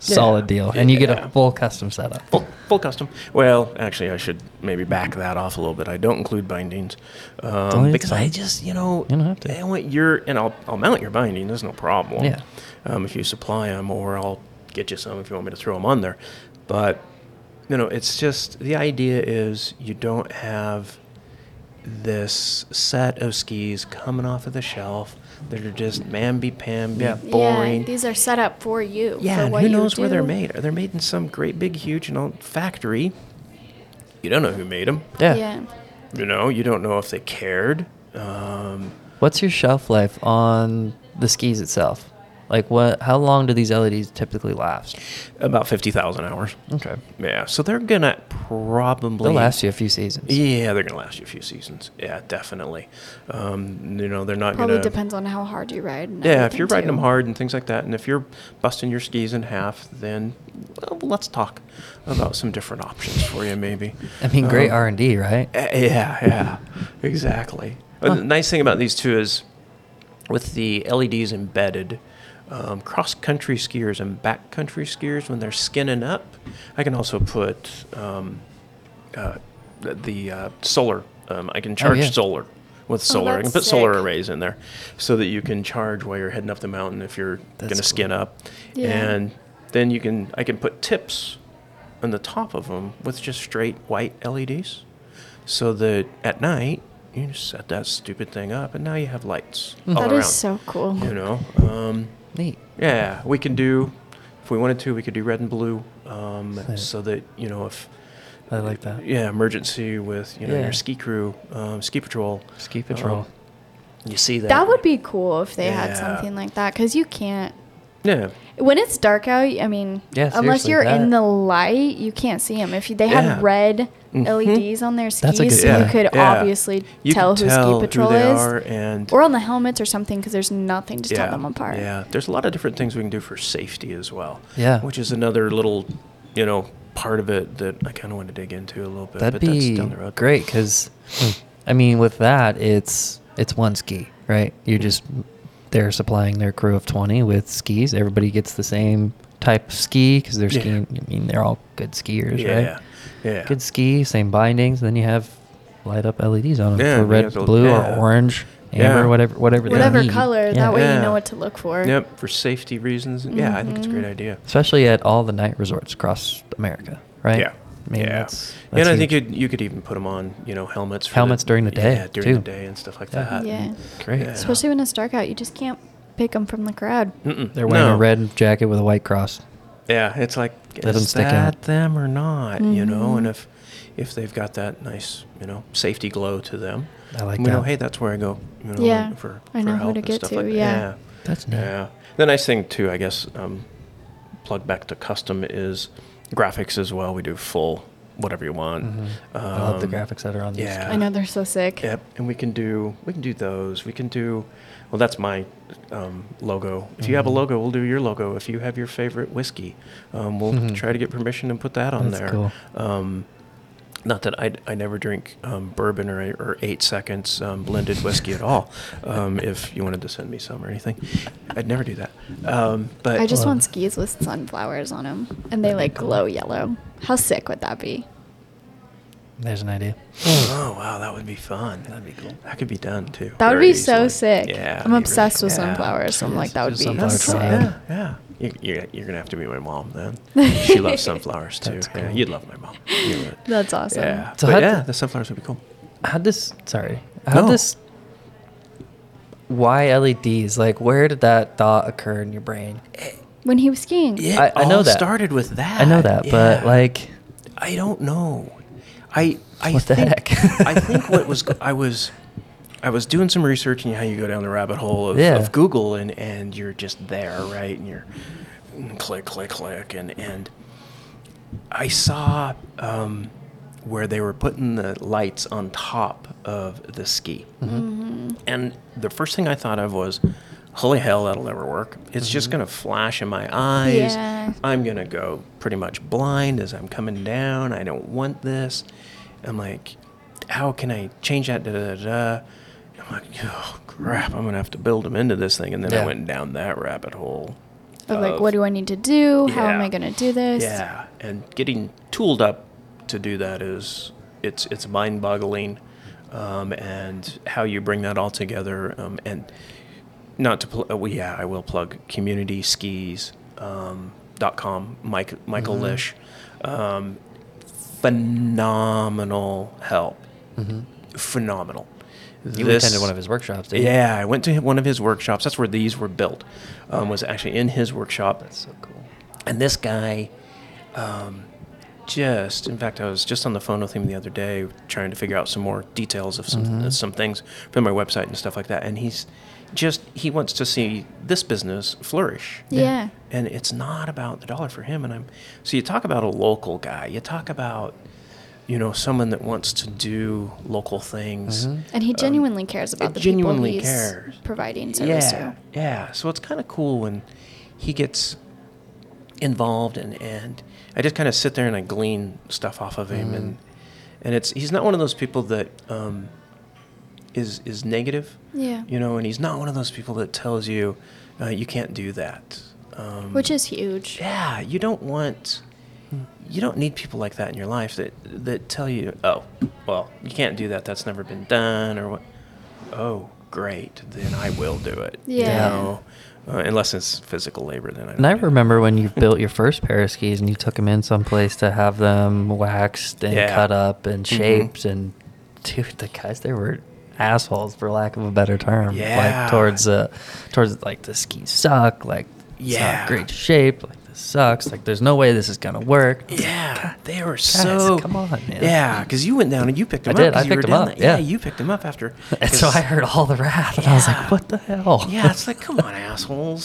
Speaker 3: solid deal. And you get
Speaker 2: Yeah.
Speaker 3: a full custom setup.
Speaker 2: Full, full custom. Well, actually, I should maybe back that off a little bit. I don't include bindings
Speaker 3: Don't
Speaker 2: um,
Speaker 3: need
Speaker 2: because
Speaker 3: to.
Speaker 2: I just, you know,
Speaker 3: You don't have to.
Speaker 2: I want your and I'll I'll mount your binding. There's no problem.
Speaker 3: Yeah.
Speaker 2: Um, if you supply them, or I'll get you some if you want me to throw them on there. But you know, it's just the idea is you don't have this set of skis coming off of the shelf that are just mamby pamby,
Speaker 3: Yeah.
Speaker 2: boring.
Speaker 1: Yeah, these are set up for you.
Speaker 2: Yeah,
Speaker 1: for
Speaker 2: and
Speaker 1: what
Speaker 2: who
Speaker 1: you
Speaker 2: knows where they're
Speaker 1: do.
Speaker 2: made? Are they made in some great big huge you know, factory? You don't know who made them.
Speaker 3: Yeah.
Speaker 1: yeah.
Speaker 2: You know, you don't know if they cared. Um,
Speaker 3: What's your shelf life on the skis itself? Like what? How long do these LEDs typically last?
Speaker 2: about fifty thousand hours.
Speaker 3: Okay,
Speaker 2: Yeah, so they're gonna probably
Speaker 3: they'll last you a few seasons.
Speaker 2: Yeah, they're gonna last you a few seasons. Yeah, definitely. Um, you know, they're not
Speaker 1: Probably
Speaker 2: gonna.
Speaker 1: depends on how hard you ride. and
Speaker 2: Yeah, if
Speaker 1: everything,
Speaker 2: you're riding them
Speaker 1: too.
Speaker 2: hard and things like that, and if you're busting your skis in half, then well, let's talk about some different options for you, maybe.
Speaker 3: I mean, great
Speaker 2: Um,
Speaker 3: R and D, right?
Speaker 2: uh, Yeah, yeah, exactly. Uh, The nice thing about these two is with the LEDs embedded, um, cross country skiers and back country skiers, when they're skinning up, I can also put um, uh, th- the uh, solar, um, I can charge
Speaker 3: yeah.
Speaker 2: solar. With solar, I can
Speaker 1: that's
Speaker 2: put solar
Speaker 1: sick.
Speaker 2: arrays in there, so that you can charge while you're heading up the mountain if you're
Speaker 3: That's cool.
Speaker 2: gonna skin up,
Speaker 1: Yeah.
Speaker 2: and then you can I can put tips on the top of them with just straight white E LEDs so that at night you just set that stupid thing up and now you have lights all
Speaker 1: Mm-hmm.
Speaker 3: Mm-hmm.
Speaker 1: That
Speaker 2: around
Speaker 1: is so cool.
Speaker 2: you know um,
Speaker 3: Neat.
Speaker 2: yeah we can do if we wanted to we could do red and blue um,
Speaker 3: Sick.
Speaker 2: so that you know if
Speaker 3: I like that.
Speaker 2: yeah emergency with you know
Speaker 3: Yeah.
Speaker 2: your ski crew um, ski patrol
Speaker 3: Ski patrol.
Speaker 2: um, you see that
Speaker 1: That would be cool if they had
Speaker 2: Yeah.
Speaker 1: something like that because you can't.
Speaker 2: yeah
Speaker 1: When it's dark out, I mean,
Speaker 3: Yeah,
Speaker 1: unless
Speaker 3: seriously,
Speaker 1: you're in
Speaker 3: that-
Speaker 1: the light, you can't see them. If you, they
Speaker 2: Yeah.
Speaker 1: had red
Speaker 2: Mhm.
Speaker 1: LEDs on their
Speaker 3: a
Speaker 1: skis,
Speaker 3: good
Speaker 1: so you
Speaker 3: point.
Speaker 1: could
Speaker 2: Yeah.
Speaker 1: obviously
Speaker 2: you
Speaker 1: tell
Speaker 2: can
Speaker 1: who
Speaker 2: tell
Speaker 1: ski patrol
Speaker 2: who they
Speaker 1: is,
Speaker 2: are and
Speaker 1: or on the helmets or something, because there's nothing to
Speaker 2: Yeah,
Speaker 1: tell them apart.
Speaker 2: Yeah, there's a lot of different things we can do for safety as well.
Speaker 3: Yeah.
Speaker 2: which is another little, you know, part of it that I kind of want to dig into a little bit.
Speaker 3: That'd
Speaker 2: but
Speaker 3: be
Speaker 2: that's down the road.
Speaker 3: great because, I mean, with that, it's it's one ski, right?
Speaker 2: Hmm.
Speaker 3: You're just they're supplying their crew of twenty with skis. Everybody gets the same type of ski because they're
Speaker 2: Yeah.
Speaker 3: skiing. I mean, they're all good skiers,
Speaker 2: Yeah,
Speaker 3: right?
Speaker 2: yeah.
Speaker 3: Good ski, same bindings. Then you have light up LEDs on them
Speaker 2: Yeah,
Speaker 3: for
Speaker 2: you
Speaker 3: red,
Speaker 2: have the-
Speaker 3: blue,
Speaker 2: yeah.
Speaker 3: or orange, amber,
Speaker 2: Yeah.
Speaker 3: whatever, whatever. they
Speaker 1: Whatever
Speaker 3: need.
Speaker 1: color,
Speaker 3: Yeah.
Speaker 1: that way you
Speaker 2: Yeah.
Speaker 1: know what to look for. Mm-hmm.
Speaker 2: Yep, for safety reasons. Yeah, I think it's a great idea.
Speaker 3: Especially at all the night resorts across America, right?
Speaker 2: Yeah.
Speaker 3: I mean,
Speaker 2: yeah,
Speaker 3: that's-
Speaker 2: and
Speaker 3: that's
Speaker 2: I think
Speaker 3: huge.
Speaker 2: you'd, you could even put them on, you know, helmets. For
Speaker 3: Helmets during the day,
Speaker 2: yeah, during
Speaker 3: too.
Speaker 2: the day and stuff like
Speaker 3: Yeah.
Speaker 2: that.
Speaker 1: Yeah.
Speaker 3: Great.
Speaker 2: Yeah.
Speaker 1: Especially when it's dark out, you just can't pick them from the crowd.
Speaker 2: Mm-mm.
Speaker 3: They're wearing
Speaker 2: No.
Speaker 3: a red jacket with a white cross.
Speaker 2: Yeah, it's like
Speaker 3: Let 'em
Speaker 2: is
Speaker 3: stick out.
Speaker 2: that them or not? You know,
Speaker 1: Mm-hmm.
Speaker 2: and if if they've got that nice, you know, safety glow to them,
Speaker 3: I like
Speaker 2: we know,
Speaker 3: that.
Speaker 2: hey, that's where I go. You know,
Speaker 1: Yeah,
Speaker 2: for,
Speaker 1: I
Speaker 2: for
Speaker 1: know who
Speaker 2: help
Speaker 1: to
Speaker 2: and
Speaker 1: get
Speaker 2: stuff
Speaker 1: to,
Speaker 2: Like that.
Speaker 1: yeah.
Speaker 3: That's neat.
Speaker 2: yeah, yeah. The nice thing too, I guess, um, plug back to custom is graphics as well. We do full whatever you want.
Speaker 3: I love Mm-hmm. the
Speaker 2: Um,
Speaker 3: graphics that are on these.
Speaker 2: yeah.
Speaker 1: I know they're so sick.
Speaker 2: Yep, and we can do we can do those. We can do well. That's my um, logo. If you have a
Speaker 3: Mm-hmm.
Speaker 2: logo, we'll do your logo. If you have your favorite whiskey, um, we'll try to get permission and put that on
Speaker 3: Mm-hmm. That's
Speaker 2: there.
Speaker 3: cool.
Speaker 2: Um, not that I, I never drink um, bourbon or, or eight seconds um, blended whiskey at all. Um, if you wanted to send me some or anything, I'd never do that. Um, but
Speaker 1: I just
Speaker 3: Well-
Speaker 1: want skis with sunflowers on them, and they
Speaker 3: That'd be
Speaker 1: like
Speaker 3: cool.
Speaker 1: glow yellow. How sick would that be?
Speaker 3: There's an idea.
Speaker 2: oh wow, that would be fun. That'd
Speaker 3: be cool.
Speaker 2: That could be done too.
Speaker 1: That would
Speaker 2: very
Speaker 1: be so
Speaker 2: easily.
Speaker 1: sick.
Speaker 2: Yeah,
Speaker 1: I'm
Speaker 2: it'd be really
Speaker 1: obsessed
Speaker 2: cool.
Speaker 1: with
Speaker 2: Yeah.
Speaker 1: sunflowers, so I'm
Speaker 3: Yes,
Speaker 1: like, that would
Speaker 3: just
Speaker 1: be
Speaker 3: sunflower
Speaker 2: That's
Speaker 3: Sunflower
Speaker 2: right.
Speaker 3: salad.
Speaker 2: Yeah, yeah. You, you're, you're gonna have to be my mom then. she loves sunflowers too.
Speaker 3: That's
Speaker 2: Yeah,
Speaker 3: cool.
Speaker 2: you'd love my mom. You would.
Speaker 1: That's awesome.
Speaker 2: Yeah.
Speaker 3: So
Speaker 2: but
Speaker 3: how'd
Speaker 2: yeah,
Speaker 3: the-
Speaker 2: the sunflowers would be cool.
Speaker 3: How'd this? Sorry. How'd
Speaker 2: No.
Speaker 3: this? Why LEDs? Like, where did that thought occur in your brain?
Speaker 1: When he was skiing.
Speaker 2: It
Speaker 3: I- I know
Speaker 2: Eh, all
Speaker 3: that.
Speaker 2: started with that.
Speaker 3: I know that,
Speaker 2: Yeah.
Speaker 3: but like,
Speaker 2: I don't know. I I
Speaker 3: What the
Speaker 2: think,
Speaker 3: heck?
Speaker 2: I think what was go- I was I was doing some research and how you go down the rabbit hole of,
Speaker 3: Yeah.
Speaker 2: of Google and and you're just there, right? And you're and click click click and and I saw um, where they were putting the lights on top of the ski. Mm-hmm. And the first thing I thought of was, holy hell, that'll never work. It's just going to flash in my eyes.
Speaker 1: Yeah.
Speaker 2: I'm going to go pretty much blind as I'm coming down. I don't want this. I'm like, how can I change that? Da, da, da, da. I'm like, oh, crap, I'm going to have to build them into this thing. And then
Speaker 3: Yeah.
Speaker 2: I went down that rabbit hole.
Speaker 1: Of like, what do I need to do? How am
Speaker 2: Yeah.
Speaker 1: I gonna do this?
Speaker 2: Yeah, and getting tooled up to do that is it's it's mind-boggling, um, and how you bring that all together. Um, and not to pl- uh, well, yeah, I will plug community skis. Um, com, Mike, Michael
Speaker 3: Mm-hmm.
Speaker 2: Lish. Um, phenomenal help. Phenomenal.
Speaker 3: You
Speaker 2: Mm-hmm. This-
Speaker 3: Mm-hmm. attended one of his workshops, didn't you?
Speaker 2: Yeah, I went to one of his workshops. That's where these were built. Um, was actually in his workshop.
Speaker 3: That's so cool.
Speaker 2: And this guy, um, just in fact, I was just on the phone with him the other day, trying to figure out some more details of some uh, some things for my website and stuff like that. And he's just he wants to see this business flourish.
Speaker 1: Yeah.
Speaker 2: And it's not about the dollar for him. And I'm so you talk about a local guy. You talk about you know someone that wants to do local things.
Speaker 1: And he genuinely cares about the
Speaker 2: Um, genuinely
Speaker 1: people he's
Speaker 2: cares.
Speaker 1: providing service
Speaker 2: yeah,
Speaker 1: to.
Speaker 2: Yeah. So it's kind of cool when he gets involved and, and I just kind of sit there and I glean stuff off of him and and it's he's not one of those people that um, is is negative,
Speaker 1: Yeah.
Speaker 2: you know, and he's not one of those people that tells you uh, you can't do that. Um,
Speaker 1: Which is huge.
Speaker 2: yeah, you don't want you don't need people like that in your life that that tell you, "Oh, well, you can't do that. That's never been done or what." Oh, great. Then I will do it. you
Speaker 1: Yeah.
Speaker 2: know? Uh, unless it's physical labor then I
Speaker 3: And I
Speaker 2: don't do it.
Speaker 3: remember when you built your first pair of skis and you took them in someplace to have them waxed and
Speaker 2: Yeah.
Speaker 3: cut up and
Speaker 2: Mhm.
Speaker 3: shaped. And dude, the guys, they were assholes for lack of a better term.
Speaker 2: Yeah.
Speaker 3: Like towards, uh, towards like the skis suck. Like, it's
Speaker 2: Yeah.
Speaker 3: not great shape. Like, this sucks. Like, there's no way this is going to work.
Speaker 2: Yeah, they were so.
Speaker 3: come on, man.
Speaker 2: Yeah, because you went down and you picked
Speaker 3: I
Speaker 2: them up.
Speaker 3: did,
Speaker 2: 'cause
Speaker 3: I
Speaker 2: you were
Speaker 3: picked 'em
Speaker 2: down
Speaker 3: up,
Speaker 2: there.
Speaker 3: yeah.
Speaker 2: you picked them up after.
Speaker 3: And so
Speaker 2: 'cause-
Speaker 3: I heard all the wrath and I was
Speaker 2: Yeah.
Speaker 3: like, what the hell?
Speaker 2: Yeah, it's like, come on, assholes.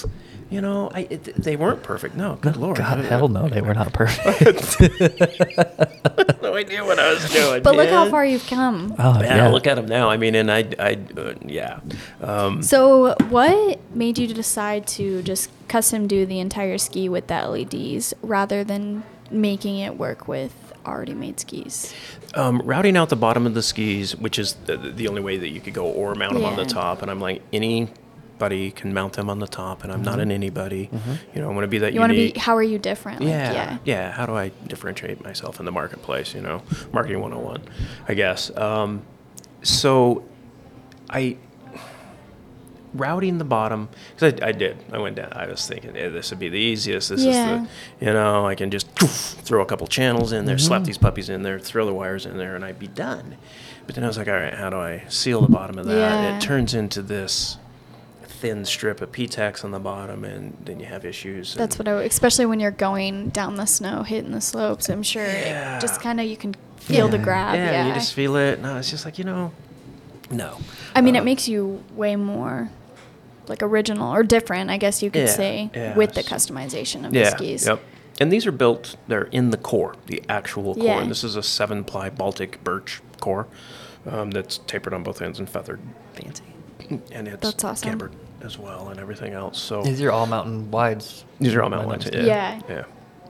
Speaker 2: You know, I, it, they weren't perfect. No, good lord.
Speaker 3: God,
Speaker 2: I-
Speaker 3: hell no, they were not perfect.
Speaker 2: no idea what I was doing.
Speaker 1: But look how
Speaker 2: man.
Speaker 1: far you've come.
Speaker 3: oh,
Speaker 2: Yeah,
Speaker 3: yeah.
Speaker 2: look at him now. I mean, and I, I, uh, yeah. Um,
Speaker 1: So, what made you decide to just custom do the entire ski with the LEDs rather than making it work with already made skis?
Speaker 2: um, routing out the bottom of the skis, which is the, the only way that you could go, or mount them on the
Speaker 1: Yeah.
Speaker 2: top. And I'm like, anybody can mount them on the top, and I'm not an anybody. You know, I want to be that
Speaker 1: Mm-hmm. You want to
Speaker 2: unique.
Speaker 1: be, how are you different? Like,
Speaker 2: yeah, yeah, How do I differentiate myself in the marketplace? You know, marketing 101, I guess. Um, so, I routing the bottom because I, I did. I went down. I was thinking eh, this would be the easiest. This
Speaker 1: Yeah.
Speaker 2: is the you know I can just throw a couple channels in there,
Speaker 1: Mm-hmm.
Speaker 2: slap these puppies in there, throw the wires in there, and I'd be done. But then I was like, all right, how do I seal the bottom of that? And
Speaker 1: Yeah.
Speaker 2: it turns into this thin strip of PTEX on the bottom, and then you have issues.
Speaker 1: That's
Speaker 2: and-
Speaker 1: what I, would- especially when you're going down the snow, hitting the slopes, I'm sure
Speaker 2: Yeah.
Speaker 1: it just kind of you can feel the
Speaker 3: Yeah.
Speaker 1: grab. Yeah.
Speaker 2: yeah, you just feel it. No, it's just like you know, no.
Speaker 1: I mean, it
Speaker 2: Uh,
Speaker 1: makes you way more like original or different, I guess you could
Speaker 2: Yeah,
Speaker 1: say,
Speaker 2: yeah,
Speaker 1: with the
Speaker 2: it's-
Speaker 1: customization of
Speaker 2: yeah,
Speaker 1: the skis.
Speaker 2: Yep. And these are built. They're in the core, the actual core.
Speaker 1: Yeah.
Speaker 2: And this is a seven ply Baltic birch core um, that's tapered on both ends and feathered,
Speaker 3: Fancy.
Speaker 2: and it's
Speaker 1: That's awesome.
Speaker 2: cambered as well and everything else. So
Speaker 3: These are all mountain wides.
Speaker 2: these are all mountain lions. Yeah.
Speaker 1: Yeah.
Speaker 2: Yeah.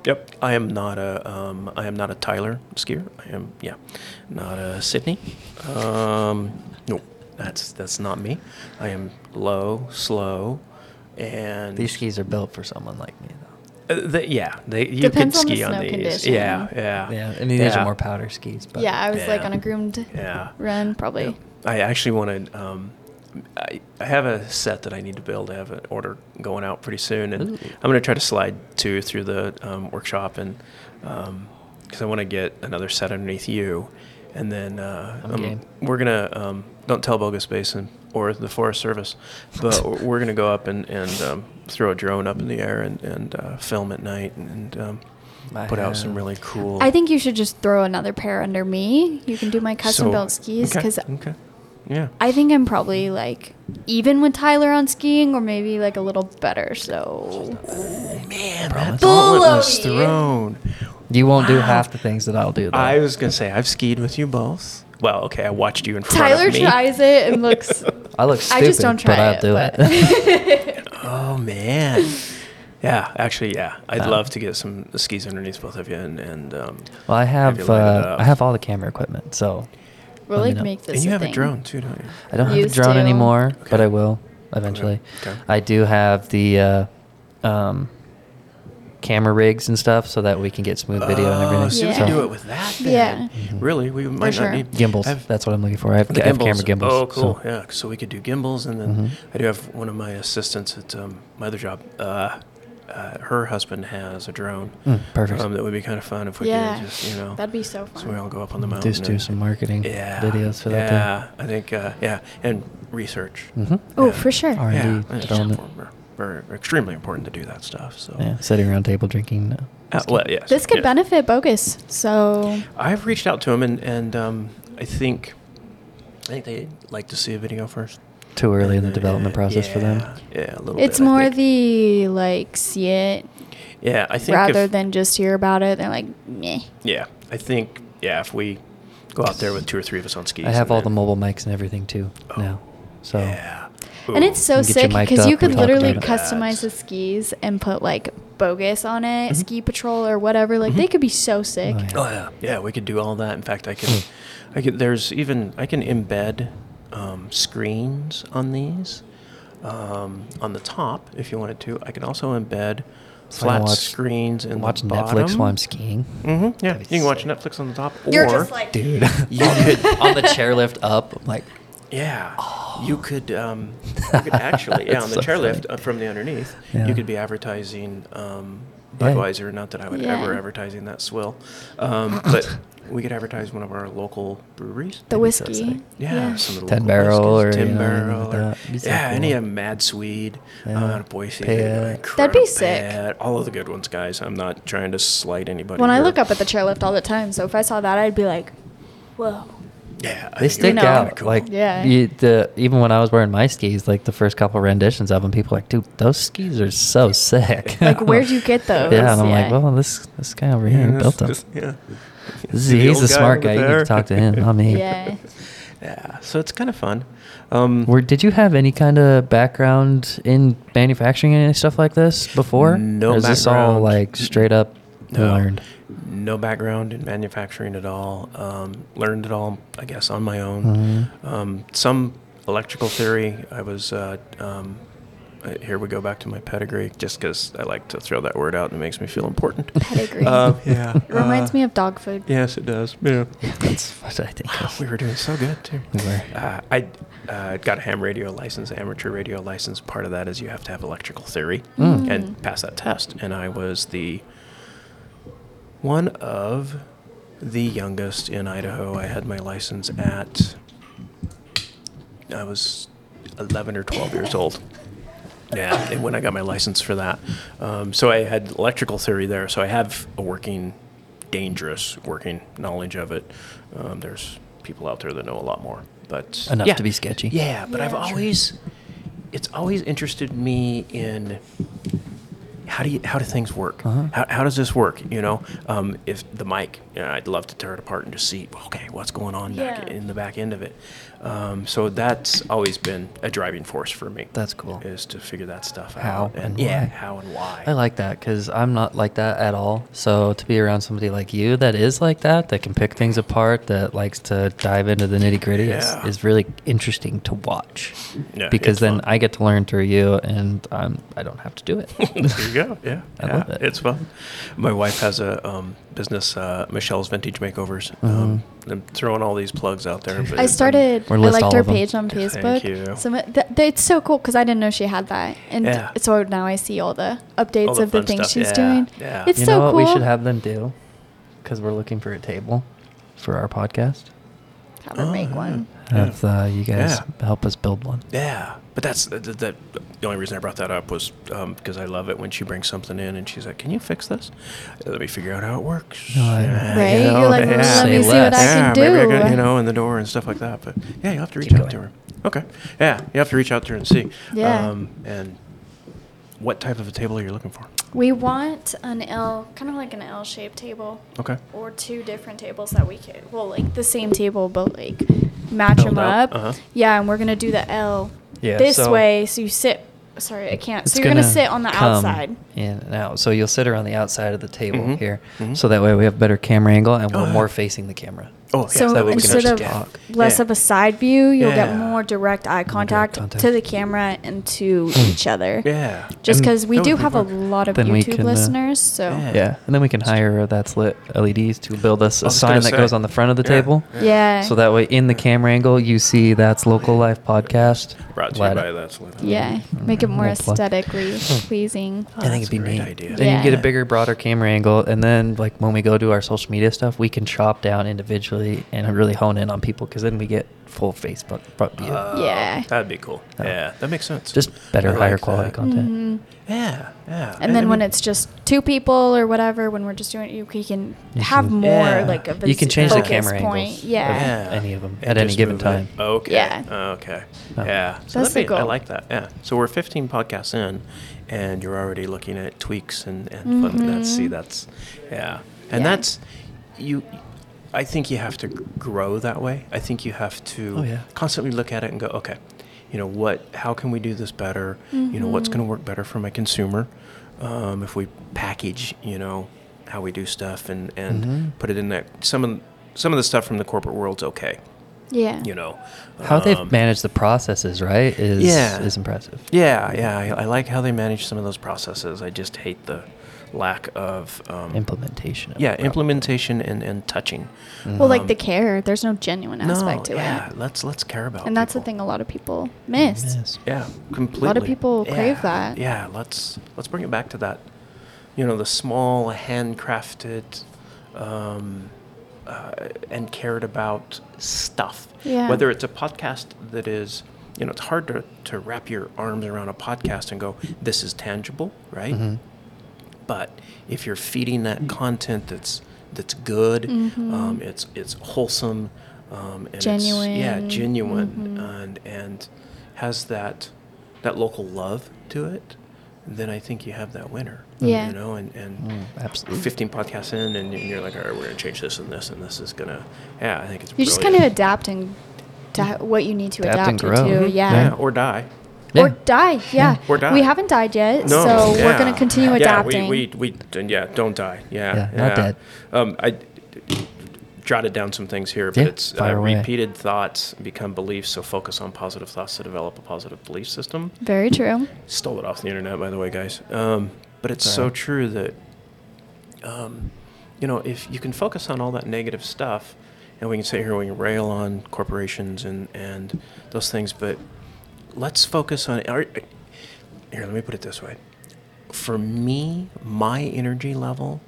Speaker 2: Yep. I am not a um, I am not a Tyler skier. I am yeah, not a Sydney. Um, no, that's that's not me. I am low, slow, and
Speaker 3: These skis are built for someone like me, though.
Speaker 2: uh, they, yeah, they you
Speaker 1: Depends
Speaker 2: could
Speaker 1: on the
Speaker 2: ski on,
Speaker 1: snow
Speaker 2: these.
Speaker 1: condition.
Speaker 2: Yeah, yeah,
Speaker 3: Yeah, and these are more powder skis. But
Speaker 1: Yeah, I was like
Speaker 2: Yeah.
Speaker 1: on a groomed
Speaker 2: Yeah.
Speaker 1: run, probably.
Speaker 2: Yep. I actually want to. Um, I, I have a set that I need to build. I have an order going out pretty soon, and
Speaker 3: Ooh.
Speaker 2: I'm going to try to slide two through the um, workshop, and because I want to get another set underneath you, and then uh,
Speaker 3: I'm
Speaker 2: um,
Speaker 3: game.
Speaker 2: we're gonna um, don't tell Bogus Basin or the Forest Service, but we're we're gonna go up and and um, throw a drone up in the air and and uh, film at night and. um,
Speaker 3: I
Speaker 2: Put out some
Speaker 3: have-
Speaker 2: really cool.
Speaker 1: I think you should just throw another pair under me. You can do my custom
Speaker 2: So-
Speaker 1: built skis
Speaker 2: okay,
Speaker 1: because
Speaker 2: okay. yeah,
Speaker 1: I think I'm probably like even with Tyler on skiing or maybe like a little better. So
Speaker 2: man, that
Speaker 3: Promise.
Speaker 2: gauntlet was
Speaker 1: Bully.
Speaker 2: thrown.
Speaker 3: You won't do
Speaker 2: Wow.
Speaker 3: half the things that I'll do. Though.
Speaker 2: I was gonna say I've skied with you both. Well, okay, I watched you in front
Speaker 1: Tyler
Speaker 2: of me.
Speaker 1: tries it and looks.
Speaker 3: I look stupid,
Speaker 1: I just don't try
Speaker 3: but I'll
Speaker 1: it,
Speaker 3: do
Speaker 1: but-
Speaker 3: it.
Speaker 2: Oh man, yeah. Actually, yeah. I'd
Speaker 3: Wow.
Speaker 2: love to get some skis underneath both of you, and and um,
Speaker 3: well, I
Speaker 2: you
Speaker 3: have
Speaker 2: lined it
Speaker 3: uh,
Speaker 2: up.
Speaker 3: I have all the camera equipment, so
Speaker 1: We'll
Speaker 3: Let me
Speaker 1: like
Speaker 3: know.
Speaker 1: make this.
Speaker 2: and you have a
Speaker 1: thing.
Speaker 2: drone too, don't you?
Speaker 3: I don't have a
Speaker 1: Used
Speaker 3: drone
Speaker 1: to.
Speaker 3: anymore, but
Speaker 2: Okay.
Speaker 3: I will eventually.
Speaker 2: Okay.
Speaker 3: I do have the uh, um, camera rigs and stuff, so that we can get smooth video and everything.
Speaker 2: Oh,
Speaker 3: Mm-hmm.
Speaker 2: so we
Speaker 1: Yeah.
Speaker 2: can do it with that. Then.
Speaker 1: Yeah.
Speaker 2: Really, we might not
Speaker 1: sure.
Speaker 2: need
Speaker 3: Gimbals.
Speaker 2: I've-
Speaker 3: that's what I'm looking for. I have,
Speaker 2: The
Speaker 3: I have camera gimbals.
Speaker 2: Oh,
Speaker 3: so-
Speaker 2: cool. Yeah, so we could do gimbals, and then
Speaker 3: Mhm.
Speaker 2: I do have one of my assistants at um, my other job. Uh, uh, her husband has a drone.
Speaker 3: Mm, perfect.
Speaker 2: Um, that would be kind of fun if we
Speaker 1: yeah,
Speaker 2: could just, you know.
Speaker 1: that'd be so fun.
Speaker 2: So we all go up on the mountain.
Speaker 3: Just do
Speaker 2: and-
Speaker 3: some marketing
Speaker 2: yeah,
Speaker 3: videos for
Speaker 2: yeah,
Speaker 3: that.
Speaker 2: I think, uh, yeah, and research.
Speaker 3: Mm-hmm.
Speaker 1: oh,
Speaker 2: yeah.
Speaker 1: for sure.
Speaker 3: All right.
Speaker 2: Yeah,
Speaker 3: R&D
Speaker 2: and it's
Speaker 3: development.
Speaker 2: important- Very, extremely important to do that stuff. So,
Speaker 3: Yeah, sitting around table drinking. uh,
Speaker 2: Uh,
Speaker 3: whiskey.
Speaker 2: well, yes,
Speaker 1: This could
Speaker 2: yeah.
Speaker 1: benefit Bogus. So
Speaker 2: I've reached out to him, and and um, I think, I think they like to see a video first.
Speaker 3: Too early in the
Speaker 2: Uh,
Speaker 3: development process for them.
Speaker 2: yeah, Yeah, a little.
Speaker 1: it's
Speaker 2: bit, I
Speaker 1: more
Speaker 2: think.
Speaker 1: the like see it
Speaker 2: Yeah, I think
Speaker 1: rather
Speaker 2: if-
Speaker 1: than just hear about it. They're like, meh.
Speaker 2: Yeah, I think yeah. If we go out there with two or three of us on skis,
Speaker 3: I have
Speaker 2: and
Speaker 3: all the
Speaker 2: then-
Speaker 3: mobile mics and everything too
Speaker 2: Oh,
Speaker 3: now. So
Speaker 2: yeah.
Speaker 1: And it's so
Speaker 3: You can get your
Speaker 1: sick
Speaker 3: mic
Speaker 1: because
Speaker 3: up
Speaker 1: you
Speaker 3: and
Speaker 1: could
Speaker 3: talk
Speaker 1: literally
Speaker 3: about
Speaker 2: it.
Speaker 1: customize the skis and put like bogus on it,
Speaker 2: Mhm.
Speaker 1: ski patrol or whatever. Like they
Speaker 2: Mhm.
Speaker 1: could be so sick.
Speaker 3: Oh, yeah.
Speaker 2: Oh yeah, yeah. We could do all that. In fact, I can,
Speaker 3: Hmm.
Speaker 2: I could. There's even I can embed um, screens on these um, on the top if you wanted to. I can also embed
Speaker 3: So I can
Speaker 2: flat
Speaker 3: watch-
Speaker 2: screens in
Speaker 3: watch
Speaker 2: the bottom.
Speaker 3: Netflix while I'm skiing.
Speaker 2: Mm-hmm. Yeah,
Speaker 3: That'd
Speaker 2: you
Speaker 3: be
Speaker 2: can watch
Speaker 3: sick.
Speaker 2: Netflix on the top,
Speaker 1: You're
Speaker 2: or
Speaker 1: just like-
Speaker 3: dude.
Speaker 2: You could-
Speaker 3: on the chairlift up, I'm like
Speaker 2: yeah, you could um, you could actually
Speaker 3: Oh.
Speaker 2: yeah
Speaker 3: That's
Speaker 2: on
Speaker 3: so
Speaker 2: the chairlift
Speaker 3: funny.
Speaker 2: uh, from the underneath.
Speaker 3: Yeah.
Speaker 2: You could be advertising um,
Speaker 3: Yeah.
Speaker 2: Budweiser. Not that I would
Speaker 1: Yeah.
Speaker 2: ever advertising that swill, um, but we could advertise one of our local breweries.
Speaker 1: The
Speaker 3: That'd be so
Speaker 1: whiskey.
Speaker 3: sick.
Speaker 2: Yeah, some of the
Speaker 3: Ten
Speaker 2: local
Speaker 3: Barrel
Speaker 2: whiskeys,
Speaker 3: or, you
Speaker 2: Ten
Speaker 3: know,
Speaker 2: Barrel,
Speaker 3: anything
Speaker 2: or-
Speaker 3: like that. Be so
Speaker 2: yeah, any
Speaker 3: cool.
Speaker 2: of 'em, Mad Swede,
Speaker 3: Yeah.
Speaker 2: uh, out of Boise,
Speaker 3: Payette.
Speaker 2: uh,
Speaker 1: That'd be
Speaker 2: Crap,
Speaker 1: sick.
Speaker 2: Payette, All of the good ones, guys. I'm not trying to slight anybody.
Speaker 1: When I
Speaker 2: here.
Speaker 1: look up at the chairlift all the time, so if I saw that, I'd be like, whoa.
Speaker 2: yeah, I
Speaker 3: they
Speaker 2: think it would
Speaker 3: stick
Speaker 2: be
Speaker 1: know.
Speaker 2: kinda
Speaker 3: out
Speaker 2: cool.
Speaker 3: like
Speaker 1: Yeah.
Speaker 3: you, the even when I was wearing my skis, like the first couple renditions of them, people were like, dude, those skis are so sick.
Speaker 1: Like, where'd you get those?
Speaker 3: Yeah, and I'm like,
Speaker 1: Yeah.
Speaker 3: well, this this guy over
Speaker 2: Yeah,
Speaker 3: here
Speaker 2: this-
Speaker 3: built them.
Speaker 2: this- yeah.
Speaker 3: This-
Speaker 2: The
Speaker 3: he's
Speaker 2: old
Speaker 3: a smart
Speaker 2: over
Speaker 3: guy. You need
Speaker 2: there.
Speaker 3: to talk to him, not me.
Speaker 1: Yeah.
Speaker 2: Yeah, so it's kind of fun. Um,
Speaker 3: Were, did you have any kind of background in manufacturing and stuff like this before?
Speaker 2: No
Speaker 3: Or is this all
Speaker 2: background.
Speaker 3: like straight up
Speaker 2: No.
Speaker 3: learned?
Speaker 2: no background in manufacturing at all. Um, learned it all, I guess, on my own.
Speaker 3: Mhm.
Speaker 2: Um, some electrical theory. I was. Uh, um, uh, here we go back to my pedigree, just because I like to throw that word out and it makes me feel important.
Speaker 1: Pedigree.
Speaker 2: Uh, yeah.
Speaker 1: It reminds
Speaker 2: uh,
Speaker 1: me of dog food.
Speaker 2: Yes, it does. Yeah.
Speaker 3: That's what I think. Of.
Speaker 2: we were doing so good too.
Speaker 3: We were.
Speaker 2: Uh, I uh, got a ham radio license, amateur radio license. Part of that is you have to have electrical theory
Speaker 3: Mm.
Speaker 2: and pass that test. And I was the one of the youngest in Idaho. I had my license at I was 11 or 12 years old. Yeah, and when I got my license for that. Um, so I had electrical theory there. So I have a working, dangerous working knowledge of it. Um, there's people out there that know a lot more, but
Speaker 3: Enough
Speaker 2: yeah.
Speaker 3: to be sketchy.
Speaker 2: Yeah, but I've
Speaker 1: Yeah.
Speaker 2: always, it's always interested me in how do you, how do things work?
Speaker 3: Uh-huh.
Speaker 2: How, how does this work? You know, um, if the mic, you know, I'd love to tear it apart and just see, okay, what's going on back
Speaker 1: Yeah.
Speaker 2: in the back end of it. Um, so that's always been a driving force for me.
Speaker 3: That's cool.
Speaker 2: Is to figure that stuff
Speaker 3: How
Speaker 2: out.
Speaker 3: and
Speaker 2: yeah,
Speaker 3: why.
Speaker 2: how and why.
Speaker 3: I like that because I'm not like that at all. So to be around somebody like you that is like that, that can pick things apart, that likes to dive into the nitty gritty,
Speaker 2: Yeah.
Speaker 3: is, is really interesting to watch.
Speaker 2: Yeah,
Speaker 3: because
Speaker 2: it's
Speaker 3: then
Speaker 2: fun.
Speaker 3: I get to learn through you, and um, I don't have to do it.
Speaker 2: there you go. Yeah,
Speaker 3: I
Speaker 2: yeah,
Speaker 3: love it.
Speaker 2: It's fun. My wife has a um, business, uh, Michelle's Vintage Makeovers.
Speaker 3: Mm-hmm.
Speaker 2: Um, I'm throwing all these plugs out there. But
Speaker 1: I started. I
Speaker 3: Or list all
Speaker 1: liked her
Speaker 3: of 'em.
Speaker 1: page on
Speaker 2: Thank
Speaker 1: Facebook.
Speaker 2: you.
Speaker 1: So th- th- it's so cool because I didn't know she had that, and
Speaker 2: Yeah.
Speaker 1: so now I see all the updates
Speaker 2: All the
Speaker 1: of the
Speaker 2: fun
Speaker 1: things
Speaker 2: stuff,
Speaker 1: she's
Speaker 2: yeah,
Speaker 1: doing.
Speaker 2: yeah.
Speaker 1: It's
Speaker 3: you
Speaker 1: so
Speaker 3: know what
Speaker 1: cool.
Speaker 3: we should have them do? Because we're looking for a table for our podcast.
Speaker 1: Have her
Speaker 2: Oh,
Speaker 1: make
Speaker 2: yeah.
Speaker 1: one.
Speaker 2: Yeah.
Speaker 3: Have uh, you guys
Speaker 2: Yeah.
Speaker 3: help us build one.
Speaker 2: Yeah, but that's that, that, that- The only reason I brought that up was because I love it when she brings something in and she's like, "Can you fix this? Uh, Let me figure out how it works."
Speaker 3: No, I-
Speaker 2: Yeah,
Speaker 1: Right? You're like,
Speaker 3: "Well, let me see what I
Speaker 1: can
Speaker 2: maybe I
Speaker 1: do."
Speaker 2: could, you know, in the door and stuff like that. But yeah, you have to reach
Speaker 3: Keep
Speaker 2: out to
Speaker 3: going.
Speaker 2: her. Okay. Yeah, you have to reach out to her and see.
Speaker 1: Yeah.
Speaker 2: Um, and what type of a table are you looking for?
Speaker 1: We want an L, kind of like an L-shaped table,
Speaker 2: Okay.
Speaker 1: or two different tables that we could, well, like the same table, but like match
Speaker 2: Held
Speaker 1: them
Speaker 2: up,
Speaker 1: up.
Speaker 2: uh-huh.
Speaker 1: Yeah, and we're gonna do the L
Speaker 3: Yeah,
Speaker 1: this
Speaker 3: so-
Speaker 1: way, so you sit. Sorry, I can't. so you're gonna, sit on the
Speaker 3: come
Speaker 1: outside.
Speaker 3: In and out. So you'll sit around the outside of the table
Speaker 2: Mhm.
Speaker 3: here.
Speaker 2: Mhm.
Speaker 3: So that way we have better camera angle and we're
Speaker 2: Oh, yeah.
Speaker 3: more facing the camera.
Speaker 2: Oh, yeah.
Speaker 1: So
Speaker 3: that way we can
Speaker 1: instead of
Speaker 3: actually talk.
Speaker 1: less
Speaker 2: Yeah.
Speaker 1: of a side view, you'll
Speaker 2: Yeah.
Speaker 1: get more direct eye contact,
Speaker 3: contact.
Speaker 1: to the camera and to each other.
Speaker 2: Yeah.
Speaker 1: Just
Speaker 3: And
Speaker 1: because we
Speaker 2: that
Speaker 1: do
Speaker 2: would be
Speaker 1: have a
Speaker 2: fun.
Speaker 1: lot of
Speaker 3: Then we
Speaker 1: YouTube
Speaker 3: can, uh,
Speaker 1: listeners, so
Speaker 2: Yeah.
Speaker 3: Yeah. And then we can hire a that's lit LEDs to build us a
Speaker 2: I was gonna
Speaker 3: sign that
Speaker 2: say.
Speaker 3: goes on the front of the
Speaker 2: Yeah.
Speaker 3: table.
Speaker 1: yeah.
Speaker 3: So that way in the camera angle you see that's local life podcast.
Speaker 2: Brought to
Speaker 3: Light
Speaker 2: you
Speaker 3: up.
Speaker 2: by that's
Speaker 3: Mm.
Speaker 1: Yeah, make make it more
Speaker 3: Little plug.
Speaker 1: aesthetically
Speaker 3: Hmm.
Speaker 1: pleasing.
Speaker 2: Oh,
Speaker 3: I think it'd
Speaker 2: that's
Speaker 3: be
Speaker 2: a great
Speaker 3: neat.
Speaker 2: idea.
Speaker 3: Then you get
Speaker 1: Yeah.
Speaker 3: a bigger, broader camera angle, and then like when we go do our social media stuff, we can chop down individually and really hone in on people because then we get full Facebook front view.
Speaker 2: Uh,
Speaker 1: Yeah.
Speaker 2: That'd be cool.
Speaker 3: Yeah.
Speaker 2: Yeah, that makes sense.
Speaker 3: Just better,
Speaker 2: I like
Speaker 3: higher quality
Speaker 2: that.
Speaker 3: content.
Speaker 1: Mhm.
Speaker 2: Yeah, yeah.
Speaker 1: And then
Speaker 2: I
Speaker 1: when
Speaker 2: mean-
Speaker 1: it's just two people or whatever, when we're just doing it, you- we can have
Speaker 3: can-
Speaker 1: more
Speaker 2: Yeah.
Speaker 1: like of a
Speaker 3: You can
Speaker 1: s-
Speaker 3: change the
Speaker 1: focus
Speaker 3: camera
Speaker 1: point.
Speaker 3: angles.
Speaker 1: Yeah.
Speaker 3: Yeah. any of 'em
Speaker 2: And
Speaker 3: at any
Speaker 2: just
Speaker 3: given
Speaker 2: move it.
Speaker 3: time. Oh.
Speaker 2: Okay.
Speaker 1: Yeah.
Speaker 2: Okay.
Speaker 3: Yeah.
Speaker 2: Yeah. So
Speaker 1: That's
Speaker 2: that'd be,
Speaker 1: the
Speaker 2: I
Speaker 1: goal.
Speaker 2: like that. Yeah. So we're 15 podcasts in, and you're already looking at tweaks and and fun. That's see,
Speaker 1: Mhm.
Speaker 2: that's yeah, and
Speaker 1: Yeah.
Speaker 2: that's you. I think you have to grow that way. I think you have to
Speaker 3: Oh, yeah.
Speaker 2: constantly look at it and go, okay, you know what? How can we do this better? You know what's
Speaker 1: Mhm.
Speaker 2: going to work better for my consumer um, if we package, you know, how we do stuff and and
Speaker 3: Mhm.
Speaker 2: put it in that some of some of the stuff from the corporate world's okay
Speaker 1: Yeah.
Speaker 2: you know
Speaker 3: How
Speaker 2: um,
Speaker 3: they've managed the processes, right? Is
Speaker 2: Yeah.
Speaker 3: is impressive.
Speaker 2: yeah yeah I, I like how they manage some of those processes i just hate the lack of um,
Speaker 3: Implementation. of
Speaker 2: yeah
Speaker 3: it, probably.
Speaker 2: implementation and, and touching
Speaker 3: Mm-hmm.
Speaker 1: Well, like
Speaker 2: Um,
Speaker 1: the care, there's no genuine aspect to
Speaker 2: no, yeah,
Speaker 1: it.
Speaker 2: let's let's care about
Speaker 1: And that's the
Speaker 2: people.
Speaker 1: thing a lot of people miss.
Speaker 3: Yes.
Speaker 2: yeah completely
Speaker 1: people crave
Speaker 2: Yeah,
Speaker 1: that.
Speaker 2: yeah let's let's bring it back to that you know the small handcrafted um, uh, and cared about stuff
Speaker 1: Yeah.
Speaker 2: whether it's a podcast that is you know it's hard to, to wrap your arms around a podcast and go this is tangible right
Speaker 3: Mhm.
Speaker 2: but if you're feeding that content that's that's good
Speaker 1: Mm-hmm.
Speaker 2: um, it's it's wholesome um, and it's, yeah
Speaker 1: Genuine.
Speaker 2: genuine
Speaker 1: Mhm.
Speaker 2: and and has that that local love to it then i think you have that winner
Speaker 1: Yeah.
Speaker 2: you know and and
Speaker 3: Mm, absolutely.
Speaker 2: 15 podcasts in and you're like all right we're gonna change this and this and this is gonna yeah i think it's
Speaker 1: You're just kind
Speaker 2: brilliant.
Speaker 1: of adapting to ho- what you need to
Speaker 3: Adapt and
Speaker 1: adapt,
Speaker 3: grow.
Speaker 1: to.
Speaker 3: Mhm.
Speaker 1: Yeah.
Speaker 2: Mm-hmm. yeah or die
Speaker 1: Or die. Yeah.
Speaker 2: Or die.
Speaker 1: We haven't died yet,
Speaker 2: No,
Speaker 1: so
Speaker 2: yeah.
Speaker 1: we're going to continue
Speaker 2: yeah,
Speaker 1: adapting.
Speaker 2: We, we, we, and yeah, don't die. Yeah,
Speaker 3: Yeah, not dead.
Speaker 2: Um, I jotted down some things here, but
Speaker 3: Yeah,
Speaker 2: it's uh,
Speaker 3: fire away.
Speaker 2: repeated thoughts become beliefs. So focus on positive thoughts to develop a positive belief system.
Speaker 1: Very true.
Speaker 2: Stole it off the internet, by the way, guys. Um, but it's
Speaker 3: Sorry.
Speaker 2: so true that, um, you know, if you can focus on all that negative stuff, and we can sit here and we can rail on corporations and, and those things, but let's focus on. Are, here, let me put it this way. For me, my energy level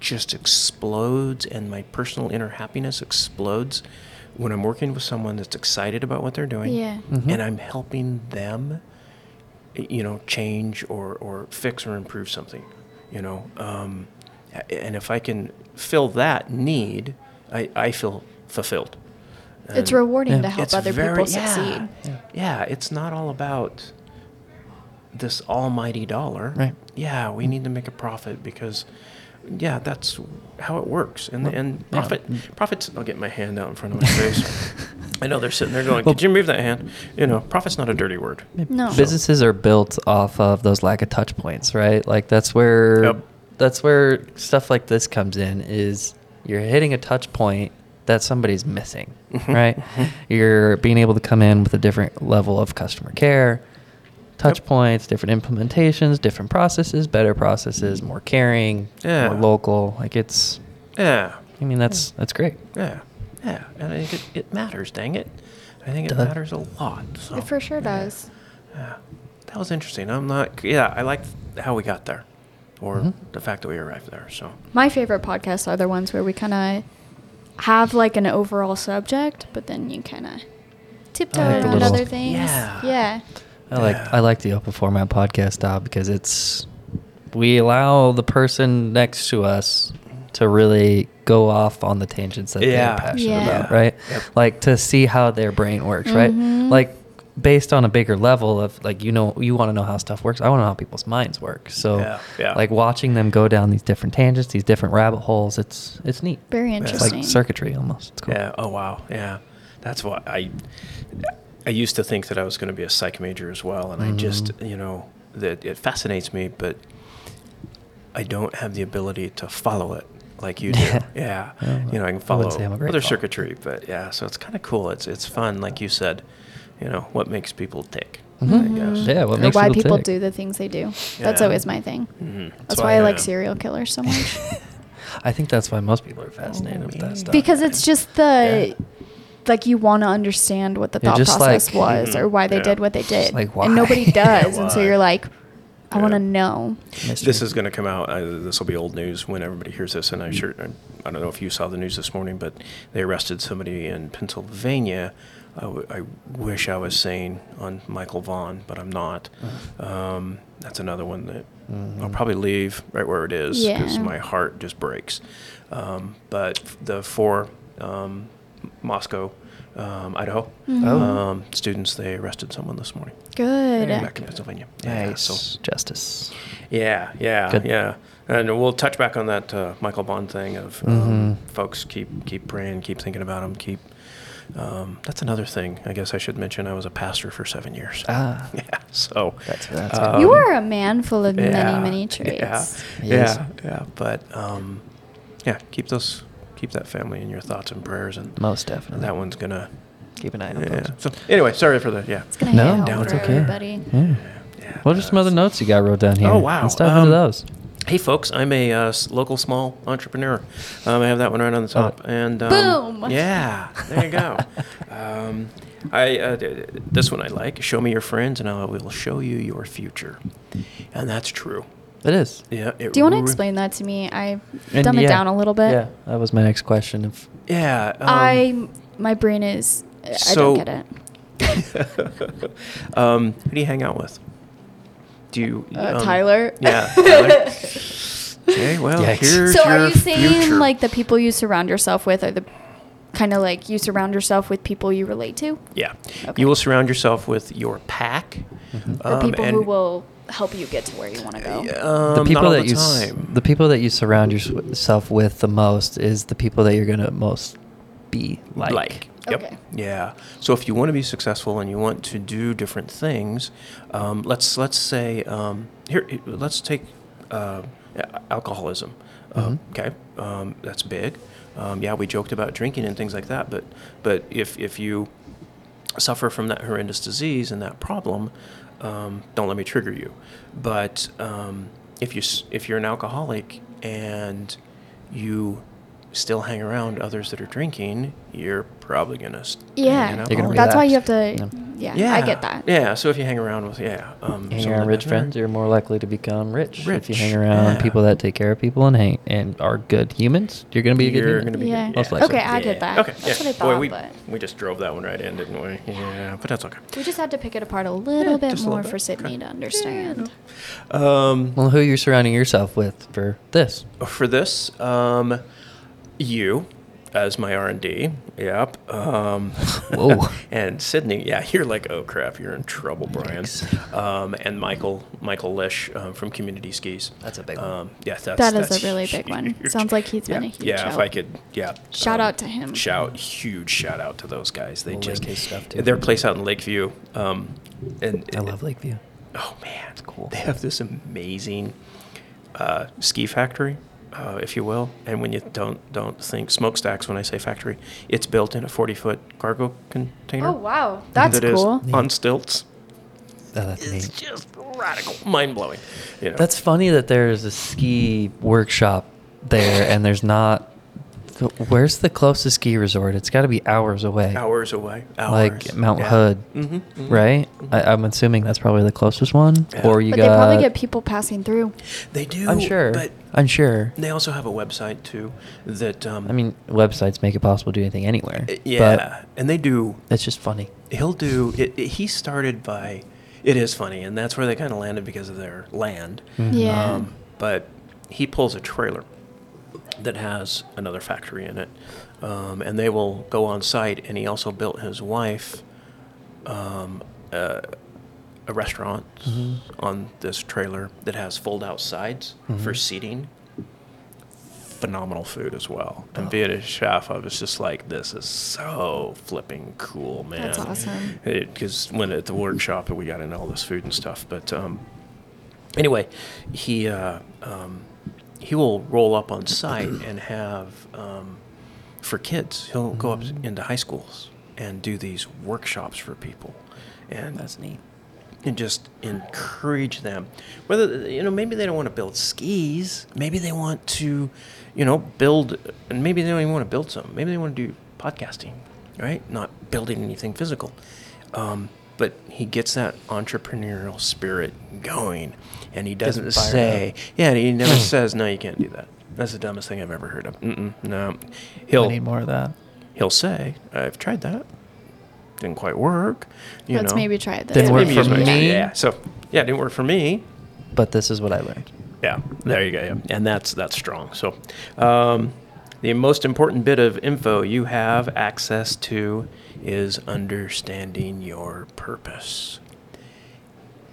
Speaker 2: just explodes and my personal inner happiness explodes when I'm working with someone that's excited about what they're doing
Speaker 1: Yeah.
Speaker 3: Mhm.
Speaker 2: and I'm helping them you know change or or fix or improve something you know um, a- and if I can fill that need I, I feel fulfilled
Speaker 1: It's
Speaker 2: And-
Speaker 1: rewarding
Speaker 3: Yeah.
Speaker 1: to help
Speaker 2: it's
Speaker 1: other
Speaker 2: very-
Speaker 1: people
Speaker 2: yeah.
Speaker 1: succeed.
Speaker 2: Yeah. it's not all about this almighty dollar.
Speaker 3: Right.
Speaker 2: Yeah, we need to make a profit because, yeah, that's how it works. And
Speaker 3: Well,
Speaker 2: and
Speaker 3: yeah.
Speaker 2: profit profits. I'll get my hand out in front of my face. I know they're sitting there going,
Speaker 3: Well-
Speaker 2: "Could you move that hand?" You know, profit's not a dirty word.
Speaker 1: No.
Speaker 3: Businesses are built off of those lack of touch points, right? Like that's where
Speaker 2: Yep.
Speaker 3: that's where stuff like this comes in is you're hitting a touch point that somebody's missing,
Speaker 2: Mhm.
Speaker 3: right?
Speaker 2: Mhm.
Speaker 3: You're being able to come in with a different level of customer care, touch
Speaker 2: Yep.
Speaker 3: points, different implementations, different processes, better processes, more caring,
Speaker 2: Yeah.
Speaker 3: more local. Like it's
Speaker 2: Yeah,
Speaker 3: I mean that's that's great.
Speaker 2: yeah, yeah. And I think it, it matters. Dang it, I think it
Speaker 3: Duh.
Speaker 2: matters a lot. So.
Speaker 1: It for sure does.
Speaker 2: Yeah. That was interesting. I'm not. Yeah, I liked how we got there, or
Speaker 3: Mhm.
Speaker 2: the fact that we arrived there. So.
Speaker 1: My favorite podcasts are the ones where we kind of have like an overall subject, but then you kind of
Speaker 2: Oh,
Speaker 1: tiptoe
Speaker 3: like the
Speaker 1: around
Speaker 3: little-
Speaker 1: other things.
Speaker 2: Yeah.
Speaker 1: Yeah.
Speaker 3: I like
Speaker 2: Yeah.
Speaker 3: I like the open format podcast style because it's we allow the person next to us to really go off on the tangents that
Speaker 2: Yeah.
Speaker 3: they're passionate
Speaker 1: Yeah.
Speaker 3: about, right?
Speaker 2: Yep.
Speaker 3: Like to see how their brain works, right?
Speaker 1: Mhm.
Speaker 3: Like based on a bigger level of like you know you want to know how stuff works. I want to know how people's minds work. So
Speaker 2: Yeah, yeah.
Speaker 3: like watching them go down these different tangents, these different rabbit holes, it's it's neat.
Speaker 1: Very
Speaker 2: It's like
Speaker 3: It's
Speaker 1: interesting.
Speaker 3: like circuitry almost. It's cool.
Speaker 2: Yeah. Oh wow. Yeah. That's why I I used to think that I was going to be a psych major as well, and I just
Speaker 3: Mhm.
Speaker 2: you know that it fascinates me, but I don't have the ability to follow it like you do.
Speaker 3: Yeah.
Speaker 2: yeah.
Speaker 3: Well,
Speaker 2: you know,
Speaker 3: I
Speaker 2: I can
Speaker 3: wouldn't
Speaker 2: follow
Speaker 3: say I'm a great
Speaker 2: other
Speaker 3: follower.
Speaker 2: circuitry, but yeah. So it's kind of cool. It's it's fun, like you said. You know what makes people tick.
Speaker 3: Mhm.
Speaker 2: I guess.
Speaker 3: Yeah,
Speaker 1: Mm-hmm.
Speaker 3: what
Speaker 1: Or
Speaker 3: makes
Speaker 1: why
Speaker 3: people
Speaker 1: people
Speaker 3: tick.
Speaker 1: do the things they do. That's
Speaker 2: Yeah.
Speaker 1: always my thing.
Speaker 2: Mhm.
Speaker 1: That's why I like
Speaker 2: Yeah.
Speaker 1: serial killers so much.
Speaker 2: Oh,
Speaker 3: I think that's why most people are fascinated with that stuff.
Speaker 1: because it's just the
Speaker 2: Yeah.
Speaker 1: like you want to understand what the
Speaker 3: You're
Speaker 1: thought
Speaker 3: just
Speaker 1: process
Speaker 3: like,
Speaker 1: was or why they
Speaker 2: mm-hmm. yeah.
Speaker 1: did what they did.
Speaker 3: like, why? Oh.
Speaker 1: And nobody
Speaker 3: Yeah,
Speaker 1: does. and so
Speaker 2: why?
Speaker 1: you're like, I want
Speaker 2: Yeah.
Speaker 1: to know.
Speaker 3: Mystery.
Speaker 2: This is going to come out. Uh, this will be old news when everybody hears this. And I'm sure, uh, I don't know if you saw the news this morning, but they arrested somebody in Pennsylvania. I, w- I wish I was saying on Michael Vaughn, but I'm not. Um, that's another one that I'll probably leave right where it is because
Speaker 1: Yeah.
Speaker 2: my heart just breaks. Um, but the four um, Moscow, um, Idaho
Speaker 3: Oh.
Speaker 2: um, students, they arrested someone this morning
Speaker 1: Mm-hmm. Good.
Speaker 2: back in Pennsylvania. Yeah,
Speaker 3: nice
Speaker 2: so-
Speaker 3: justice.
Speaker 2: yeah, yeah,
Speaker 3: Good.
Speaker 2: yeah. And we'll touch back on that uh, Michael Bond thing of um,
Speaker 3: Mm-hmm.
Speaker 2: folks keep keep praying, keep thinking about him, keep. Um, that's another thing. I guess I should mention I was a pastor for seven years.
Speaker 3: Ah.
Speaker 2: yeah. So
Speaker 3: That's- that's
Speaker 1: you
Speaker 3: Um,
Speaker 1: are a man full of many, many traits.
Speaker 2: Yeah,
Speaker 3: He
Speaker 2: yeah,
Speaker 3: is.
Speaker 2: yeah. But um, yeah, keep those, keep that family in your thoughts and prayers, and
Speaker 3: Most definitely.
Speaker 2: and that one's gonna.
Speaker 3: Keep an eye on
Speaker 2: Yeah.
Speaker 3: those.
Speaker 2: So anyway, sorry for that. Yeah.
Speaker 1: It's going to
Speaker 3: No,
Speaker 1: hit home
Speaker 2: it's
Speaker 1: for
Speaker 2: okay.
Speaker 1: everybody.
Speaker 3: Yeah.
Speaker 2: yeah
Speaker 3: What are some other notes you got wrote down here?
Speaker 2: Oh, wow.
Speaker 3: Let's dive into
Speaker 2: Um,
Speaker 3: those.
Speaker 2: Hey folks, I'm a uh, s- local small entrepreneur. Um, I have that one right on the top. And um,
Speaker 1: Oh. Boom!
Speaker 2: Yeah, there you go. um, I uh, d- d- this one I like. Show me your friends, and I will show you your future. And that's true.
Speaker 3: It is.
Speaker 2: Yeah. It
Speaker 1: Do you want to
Speaker 2: re-
Speaker 1: explain that to me? I
Speaker 3: And
Speaker 1: dumb
Speaker 3: yeah,
Speaker 1: it down a little bit.
Speaker 3: Yeah, that was my next question. If
Speaker 2: Yeah. um,
Speaker 1: I my brain is I
Speaker 2: So-
Speaker 1: don't get it.
Speaker 2: um, who do you hang out with? Do you
Speaker 1: Uh,
Speaker 2: um,
Speaker 1: Tyler.
Speaker 2: Yeah. Tyler? okay. Well,
Speaker 3: Yikes.
Speaker 2: here's
Speaker 1: so are
Speaker 2: your
Speaker 1: you saying
Speaker 2: future.
Speaker 1: like the people you surround yourself with are the kind of like you surround yourself with people you relate to?
Speaker 2: Yeah.
Speaker 1: Okay.
Speaker 2: You will surround yourself with your pack.
Speaker 3: Mm-hmm.
Speaker 1: Or people who
Speaker 2: Um, and-
Speaker 1: will help you get to where you want to go.
Speaker 2: Um,
Speaker 3: the people
Speaker 2: not all
Speaker 3: that
Speaker 2: the
Speaker 3: you s-
Speaker 2: time.
Speaker 3: the people that you surround yourself with the most is the people that you're gonna most be like.
Speaker 2: Yep.
Speaker 1: Okay.
Speaker 2: Yeah. So if you want to be successful and you want to do different things, um, let's let's say um, here let's take uh, a- alcoholism. Um,
Speaker 3: Mm-hmm.
Speaker 2: okay, um, that's big. Um, yeah, we joked about drinking and things like that, but but if if you suffer from that horrendous disease and that problem, um, don't let me trigger you. But um, if you s- if you're an alcoholic and you still hang around others that are drinking, you're probably gonna s- be an
Speaker 1: Yeah.
Speaker 3: You're gonna
Speaker 2: alcoholic.
Speaker 1: That's why you have
Speaker 3: relapse.
Speaker 1: to yeah, I get that.
Speaker 2: Oh, Yeah, so if you hang around with yeah, um,
Speaker 3: Hang
Speaker 2: someone
Speaker 3: around
Speaker 2: that
Speaker 3: rich
Speaker 2: doesn't
Speaker 3: friends,
Speaker 2: earn-
Speaker 3: you're more likely to become rich. If you
Speaker 2: Rich,
Speaker 3: hang around
Speaker 2: yeah.
Speaker 3: people that take care of people and hang and are good humans, you're gonna be a good
Speaker 2: You're
Speaker 3: human.
Speaker 2: gonna be
Speaker 1: Yeah.
Speaker 2: good, Most
Speaker 3: likely.
Speaker 1: Okay, I get that.
Speaker 2: Okay,
Speaker 1: That's
Speaker 2: yeah.
Speaker 1: what I
Speaker 2: Boy,
Speaker 1: thought,
Speaker 2: we,
Speaker 1: but
Speaker 2: we just drove that one right in, didn't we? Yeah, but that's okay.
Speaker 1: we just had to pick it apart a little
Speaker 2: Yeah,
Speaker 1: bit
Speaker 2: just a little
Speaker 1: more
Speaker 2: bit.
Speaker 1: for Sydney
Speaker 2: Okay.
Speaker 1: to understand.
Speaker 2: Um,
Speaker 3: Well, who are you surrounding yourself with for this?
Speaker 2: for this um, you as my r&d yep um,
Speaker 3: Whoa.
Speaker 2: and sydney yeah you're like oh crap you're in trouble brian
Speaker 3: Yikes.
Speaker 2: um, and michael michael lish um, from community skis
Speaker 3: That's a big one.
Speaker 2: um, yeah that's,
Speaker 1: That is
Speaker 2: that's
Speaker 1: a really big one.
Speaker 2: huge.
Speaker 1: Sounds like he's
Speaker 2: yeah,
Speaker 1: been a huge
Speaker 2: yeah if
Speaker 1: help.
Speaker 2: i could yeah um,
Speaker 1: Shout out to him.
Speaker 2: shout huge shout out to those guys they
Speaker 3: We'll
Speaker 2: just
Speaker 3: link his stuff, too.
Speaker 2: their place out in lakeview um, and
Speaker 3: I love Lakeview.
Speaker 2: Oh man, it's
Speaker 3: cool.
Speaker 2: They have this amazing uh, ski factory, uh, if you will. And when you don't don't think smokestacks when I say factory, it's built in a forty foot cargo container.
Speaker 1: Oh wow. That's
Speaker 2: that is
Speaker 1: cool.
Speaker 2: on stilts.
Speaker 3: Oh, that's neat.
Speaker 2: Just radical, mind blowing. You know.
Speaker 3: That's funny that there's a ski workshop there and there's not. Where's the closest ski resort? It's got to be hours away.
Speaker 2: hours away. Hours.
Speaker 3: Like Mount
Speaker 2: Yeah.
Speaker 3: Hood,
Speaker 2: Mhm, mhm.
Speaker 3: right? I, I'm assuming that's probably the closest one.
Speaker 2: Yeah.
Speaker 3: Or you
Speaker 1: But
Speaker 3: got.
Speaker 1: they probably get people passing through.
Speaker 2: They do.
Speaker 3: I'm sure.
Speaker 2: But
Speaker 3: I'm sure.
Speaker 2: they also have a website too. That um,
Speaker 3: I mean, websites make it possible to do anything anywhere.
Speaker 2: Uh, yeah, and they do
Speaker 3: But it's just funny.
Speaker 2: he'll do it, it- he started by it is funny and that's where they kind of landed because of their land Um,
Speaker 1: Yeah.
Speaker 2: but he pulls a trailer that has another factory in it um, and they will go on site and he also built his wife um, uh, a restaurant
Speaker 3: Mm-hmm.
Speaker 2: on this trailer that has fold out sides for seating phenomenal food as well and being a chef i was just like this is so flipping cool man
Speaker 1: That's awesome.
Speaker 2: because when at the workshop we got into all this food and stuff but um, anyway, he uh, um, he will roll up on site and have um, for kids. He'll go up into high schools and do these workshops for people, and
Speaker 3: That's neat.
Speaker 2: and just encourage them. Whether you know, maybe they don't want to build skis. Maybe they want to, you know, build, and maybe they don't even want to build some. Maybe they want to do podcasting. right? Not building anything physical. Um, but he gets that entrepreneurial spirit going, and he doesn't,
Speaker 3: Doesn't fire
Speaker 2: say,
Speaker 3: up.
Speaker 2: yeah, and he never says, no, you can't do that. That's the dumbest thing I've ever heard of. Mm-mm, no,
Speaker 3: I
Speaker 2: he'll
Speaker 3: need more of that.
Speaker 2: he'll say, I've tried that, didn't quite work. You
Speaker 1: Let's
Speaker 2: know.
Speaker 1: maybe try this.
Speaker 3: Didn't work
Speaker 2: Maybe
Speaker 3: for
Speaker 2: it's my-
Speaker 3: me.
Speaker 2: Yeah, so yeah, it didn't work for me.
Speaker 3: But this is what I learned.
Speaker 2: Yeah, there you go. Yeah. And that's that's strong. So, um, the most important bit of info you have access to is understanding your purpose,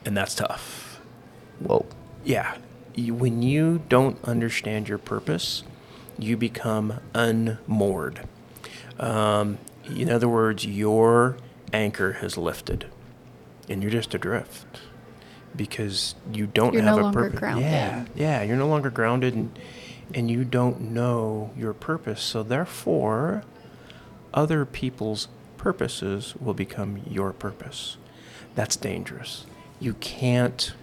Speaker 2: and that's tough.
Speaker 3: Whoa.
Speaker 2: Yeah, you, when you don't understand your purpose, you become unmoored. Um, in other words, your anchor has lifted, and you're just adrift because you don't
Speaker 1: You're
Speaker 2: have
Speaker 1: no
Speaker 2: a
Speaker 1: longer
Speaker 2: purpose.
Speaker 1: grounded.
Speaker 2: Yeah, yeah, you're no longer grounded, and and you don't know your purpose. So therefore, other people's purposes will become your purpose. That's dangerous. You can't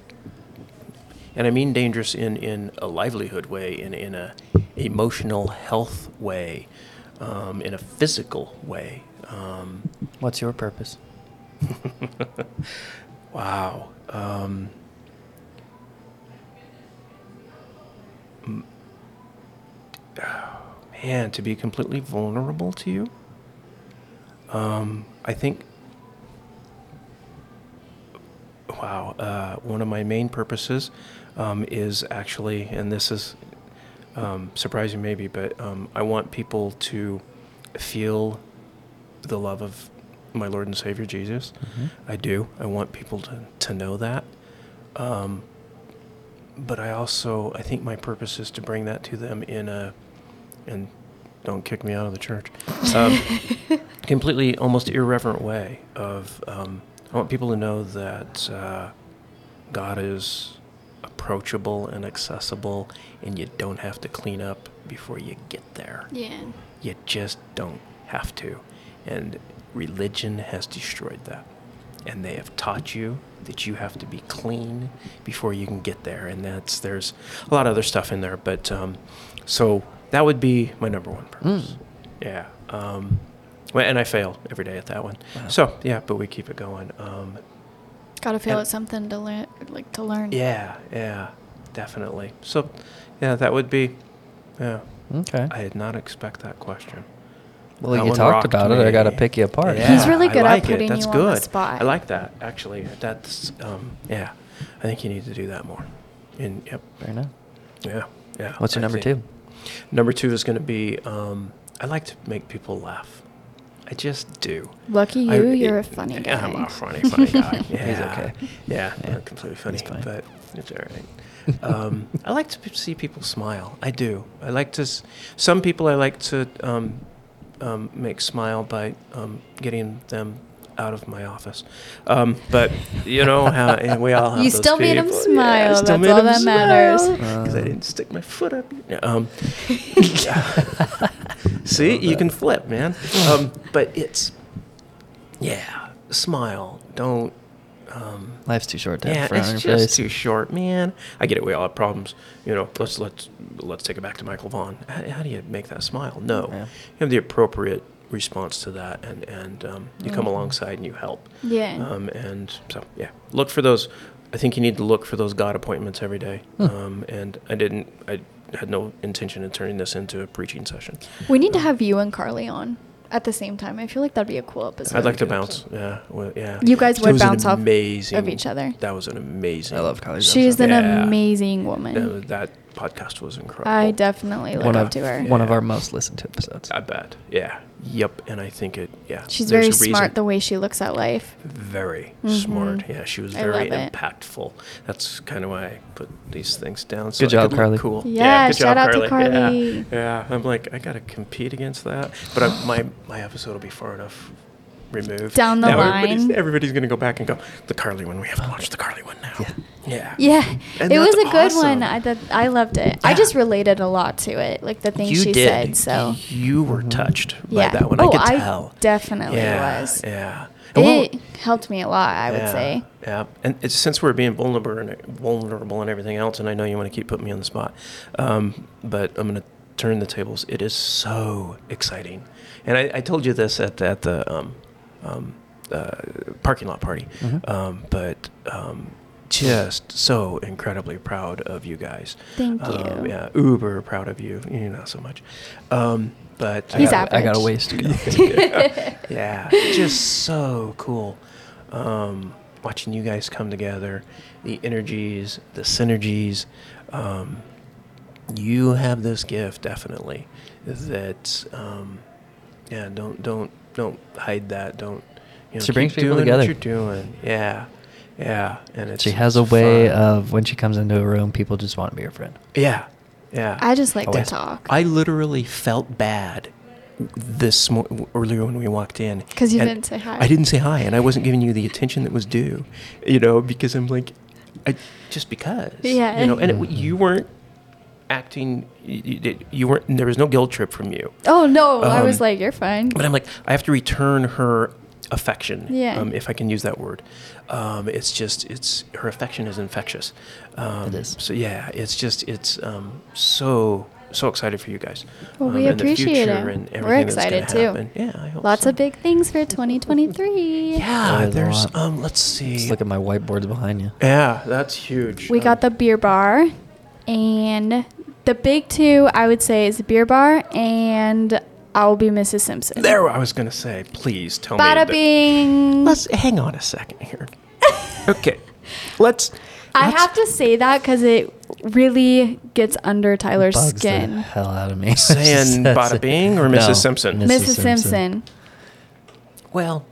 Speaker 2: and I mean dangerous in, in a livelihood way, in, in a emotional health way, um, in a physical way. Um,
Speaker 3: What's your purpose?
Speaker 2: wow. Um, m- oh, man, to be completely vulnerable to you, um, I think. Wow, uh, one of my main purposes um, is actually, and this is um, surprising maybe, but um, I want people to feel the love of my Lord and Savior Jesus.
Speaker 3: Mm-hmm.
Speaker 2: I do. I want people to, to know that. Um, but I also, I think my purpose is to bring that to them in a, and don't kick me out of the church, um, completely almost irreverent way of, um, I want people to know that uh, God is approachable and accessible, and you don't have to clean up before you get there
Speaker 1: Yeah.
Speaker 2: you just don't have to. And religion has destroyed that. And they have taught you that you have to be clean before you can get there. And that's there's a lot of other stuff in there, but um, so that would be my number one purpose. Yeah. Um, well, and I fail every day at that one.
Speaker 3: Wow.
Speaker 2: So yeah, but we keep it going. Um,
Speaker 1: Gotta feel
Speaker 2: And-
Speaker 1: it's something to learn, like to learn.
Speaker 2: yeah, yeah, definitely. So yeah, that would be. Yeah,
Speaker 3: Okay.
Speaker 2: I did not expect that question.
Speaker 3: well,
Speaker 2: That
Speaker 3: you
Speaker 2: one
Speaker 3: talked
Speaker 2: rocked
Speaker 3: about it. I
Speaker 2: me.
Speaker 3: got to pick you apart.
Speaker 2: Yeah,
Speaker 1: He's really
Speaker 2: I
Speaker 1: good at
Speaker 2: like it.
Speaker 1: putting
Speaker 2: That's
Speaker 1: you on the
Speaker 2: good.
Speaker 1: spot.
Speaker 2: I like that actually. That's um, yeah. I think you need to do that more. And yep,
Speaker 3: Fair enough.
Speaker 2: yeah, yeah.
Speaker 3: What's your
Speaker 2: I
Speaker 3: number
Speaker 2: think-
Speaker 3: two?
Speaker 2: Number two is going to be um, I like to make people laugh. I just do.
Speaker 1: Lucky
Speaker 2: I-
Speaker 1: you, you're a
Speaker 2: it-
Speaker 1: funny guy.
Speaker 2: yeah, I'm a funny, funny guy. Yeah.
Speaker 3: He's okay.
Speaker 2: Yeah,
Speaker 3: Yeah,
Speaker 2: not completely funny,
Speaker 3: he's fine.
Speaker 2: but it's all right. Um, I like to p- see people smile. I do. I like to. s- Some people I like to um, um, make smile by um, getting them out of my office. Um, but you know how and we all have
Speaker 1: You
Speaker 2: those
Speaker 1: still made 'em
Speaker 2: people.
Speaker 1: smile.
Speaker 2: still
Speaker 1: That's
Speaker 2: made
Speaker 1: all
Speaker 2: 'em
Speaker 1: that matters.
Speaker 2: smile, 'cause I
Speaker 3: Um.
Speaker 2: didn't stick my foot up. your- Um, see,
Speaker 3: Love
Speaker 2: you
Speaker 3: that.
Speaker 2: can flip, man. Um, but it's yeah, smile. Don't. Um,
Speaker 3: Life's too short to
Speaker 2: yeah,
Speaker 3: have frown on
Speaker 2: it's
Speaker 3: your
Speaker 2: just
Speaker 3: face.
Speaker 2: too short, man. I get it. We all have problems. You know, let's let's let's take it back to Michael Vaughn. How, how do you make that smile? No,
Speaker 3: Yeah.
Speaker 2: you have the appropriate response to that, and and um, you come
Speaker 1: Mhm.
Speaker 2: alongside and you help.
Speaker 1: Yeah.
Speaker 2: Um, and so yeah, look for those. I think you need to look for those God appointments every day.
Speaker 3: Hmm.
Speaker 2: Um, and I didn't. I had no intention of turning this into a preaching session.
Speaker 1: We need to have you and Carly on at the same time. I feel like that'd be a cool episode.
Speaker 2: I'd like to
Speaker 3: good
Speaker 2: bounce. Yeah, well, yeah.
Speaker 1: You guys
Speaker 2: That
Speaker 1: would
Speaker 2: was an
Speaker 1: bounce off of
Speaker 2: amazing,
Speaker 1: each other.
Speaker 2: That was an amazing.
Speaker 3: I love college.
Speaker 1: She's
Speaker 3: episode.
Speaker 1: an
Speaker 2: Yeah.
Speaker 1: amazing
Speaker 2: Uh,
Speaker 1: woman.
Speaker 2: that podcast was incredible.
Speaker 1: I definitely look
Speaker 3: one
Speaker 1: up
Speaker 3: of
Speaker 1: to her.
Speaker 3: one of
Speaker 2: Yeah.
Speaker 3: our most listened to episodes.
Speaker 2: I bet. Yeah. Yep. And I think it. Yeah.
Speaker 1: She's
Speaker 2: There's
Speaker 1: very
Speaker 2: a reason.
Speaker 1: smart the way she looks at life.
Speaker 2: Very
Speaker 1: Mhm.
Speaker 2: smart. Yeah. She was
Speaker 1: I
Speaker 2: very
Speaker 1: love it.
Speaker 2: impactful. That's kind of why I put these things down. So
Speaker 3: Good
Speaker 2: I
Speaker 3: job,
Speaker 2: could look
Speaker 3: Carly.
Speaker 2: Cool.
Speaker 1: Yeah,
Speaker 2: good
Speaker 1: shout out to
Speaker 2: Yeah.
Speaker 1: Carly.
Speaker 2: Yeah. I'm like, I gotta compete against that, but I, my my episode will be far enough removed.
Speaker 1: Down the
Speaker 2: now Everybody's,
Speaker 1: line.
Speaker 2: everybody's gonna go back and go the Carly one. We have to watch the Carly one now.
Speaker 3: Yeah.
Speaker 2: Yeah.
Speaker 1: Yeah,
Speaker 2: And
Speaker 1: it was
Speaker 2: that's
Speaker 1: a good
Speaker 2: awesome.
Speaker 1: one. I that, I loved it. I
Speaker 2: Yeah.
Speaker 1: just related a lot to it, like the things
Speaker 2: you
Speaker 1: she
Speaker 2: did.
Speaker 1: said. So Mm-hmm.
Speaker 2: you were touched
Speaker 1: yeah,
Speaker 2: by that one.
Speaker 1: oh,
Speaker 2: I could tell.
Speaker 1: definitely
Speaker 2: yeah,
Speaker 1: was.
Speaker 2: Yeah. And what-
Speaker 1: It helped me a lot. I would
Speaker 2: yeah,
Speaker 1: say.
Speaker 2: Yeah, and it's, since we're being vulnerable and vulnerable and everything else, and I know you want to keep putting me on the spot, um, but I'm going to turn the tables. It is so exciting And I, I told you this at, at the um, um, uh, parking lot party,
Speaker 3: Mhm.
Speaker 2: um, but um, just so incredibly proud of you guys.
Speaker 1: Thank
Speaker 2: Um,
Speaker 1: you.
Speaker 2: yeah, uber proud of you. You're not so much. Um, but
Speaker 1: He's
Speaker 3: I got, I got a
Speaker 1: average.
Speaker 3: ways to go.
Speaker 2: yeah, just so cool. Um, watching you guys come together, the energies, the synergies. Um, you have this gift, definitely. That um, yeah, don't don't don't hide that. Don't you know?
Speaker 3: She brings
Speaker 2: keep
Speaker 3: people
Speaker 2: doing
Speaker 3: together.
Speaker 2: What you're doing, yeah, yeah, and it's
Speaker 3: she has a way
Speaker 2: fun.
Speaker 3: of when she comes into a room, people just want to be her friend.
Speaker 2: yeah, yeah.
Speaker 1: I just like to
Speaker 3: Always.
Speaker 1: talk.
Speaker 2: Oh, I literally felt bad this mo- earlier when we walked in
Speaker 1: 'Cause you
Speaker 2: And
Speaker 1: didn't say hi.
Speaker 2: I didn't say hi, and I wasn't giving you the attention that was due, you know, because I'm like, I, just because,
Speaker 1: Yeah.
Speaker 2: you know, and it,
Speaker 3: Mhm.
Speaker 2: you weren't acting, you, you, you weren't. There was no guilt trip from you,
Speaker 1: oh no, I was
Speaker 2: Um,
Speaker 1: like, you're fine.
Speaker 2: but I'm like, I have to return her affection,
Speaker 1: Yeah.
Speaker 2: um, if I can use that word. Um, it's just, it's her affection is infectious. Um,
Speaker 3: It is.
Speaker 2: So yeah, it's just, it's um, so so excited for you guys.
Speaker 1: Well,
Speaker 2: um,
Speaker 1: we
Speaker 2: and the
Speaker 1: appreciate
Speaker 2: future
Speaker 1: it.
Speaker 2: and
Speaker 1: We're
Speaker 2: everything that's gonna
Speaker 1: excited, too.
Speaker 2: happen. Yeah, I hope
Speaker 1: Lots
Speaker 2: so.
Speaker 1: of big things for 2023.
Speaker 2: Yeah,
Speaker 3: There's a
Speaker 2: there's
Speaker 3: lot.
Speaker 2: um. Let's see.
Speaker 3: Just look at my whiteboards behind you.
Speaker 2: Yeah, that's huge. Um,
Speaker 1: We got the beer bar, and the big two I would say is the beer bar and I'll be Mrs. Simpson.
Speaker 2: There, I was gonna say. Please tell me.
Speaker 1: Bada
Speaker 2: that-
Speaker 1: bing.
Speaker 2: Let's hang on a second here. okay, let's.
Speaker 1: I
Speaker 2: let's-
Speaker 1: have to say that because it really gets under Tyler's
Speaker 3: Bugs the
Speaker 1: skin.
Speaker 3: hell out of me.
Speaker 2: Saying bada bing or Mrs. Simpson?
Speaker 1: Mrs.
Speaker 2: Mrs.
Speaker 1: Simpson.
Speaker 2: Well,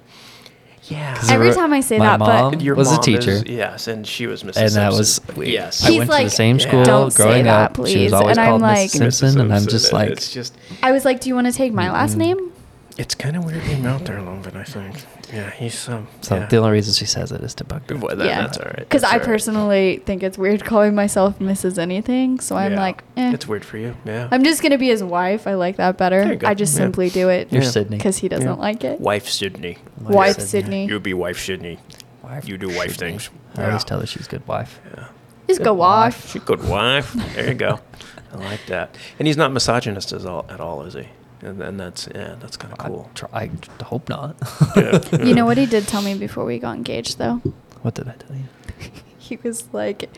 Speaker 2: yeah.
Speaker 1: Every time I say
Speaker 3: my
Speaker 1: that, but-
Speaker 3: mom was a
Speaker 2: mom
Speaker 3: teacher,
Speaker 2: is- yes, and she was Mrs.
Speaker 3: and that was
Speaker 2: Simpson. yes.
Speaker 3: I
Speaker 1: He's
Speaker 3: went to
Speaker 1: like,
Speaker 3: the same
Speaker 2: Yeah.
Speaker 3: school
Speaker 1: "Don't say
Speaker 3: growing
Speaker 1: that,
Speaker 3: up. She
Speaker 1: please."
Speaker 3: was always
Speaker 1: And I'm
Speaker 3: called
Speaker 1: like-
Speaker 3: Mrs. Simpson, and I'm just like,
Speaker 2: it's just
Speaker 1: I was like, "Do you want to take my last name?"
Speaker 2: it's kind of weirdly him out there a little bit. I think. Yeah, he's um.
Speaker 3: so
Speaker 2: yeah.
Speaker 3: the only reason she says it is to bug her.
Speaker 2: Well, that- that's all right.
Speaker 1: Because
Speaker 2: That's
Speaker 1: I
Speaker 2: all right.
Speaker 1: personally think it's weird calling myself Mrs. Anything, so I'm
Speaker 2: Yeah.
Speaker 1: like, eh.
Speaker 2: It's weird for you. Yeah.
Speaker 1: I'm just gonna be his wife. I like that
Speaker 2: There you
Speaker 1: better.
Speaker 2: go.
Speaker 1: I just
Speaker 2: Yeah.
Speaker 1: simply do it
Speaker 3: You're
Speaker 2: Yeah.
Speaker 3: Sydney.
Speaker 1: because he doesn't
Speaker 2: Yeah.
Speaker 1: like it.
Speaker 2: wife Sydney.
Speaker 3: Wife
Speaker 1: Wife
Speaker 3: Sydney.
Speaker 1: Sydney.
Speaker 2: You be wife Sydney.
Speaker 3: Wife
Speaker 2: You do wife
Speaker 3: Sydney.
Speaker 2: things.
Speaker 3: I always
Speaker 2: Yeah.
Speaker 3: tell her she's a good wife.
Speaker 2: Yeah.
Speaker 1: He's a good wife.
Speaker 2: She's a good wife. There you go. I like that. And he's not misogynist at all, at all is he? And, and that's yeah, that's kind of cool.
Speaker 3: I, try, I t- hope not.
Speaker 2: Yeah.
Speaker 1: You know what he did tell me before we got engaged, though.
Speaker 3: What did I tell you?
Speaker 1: He was like,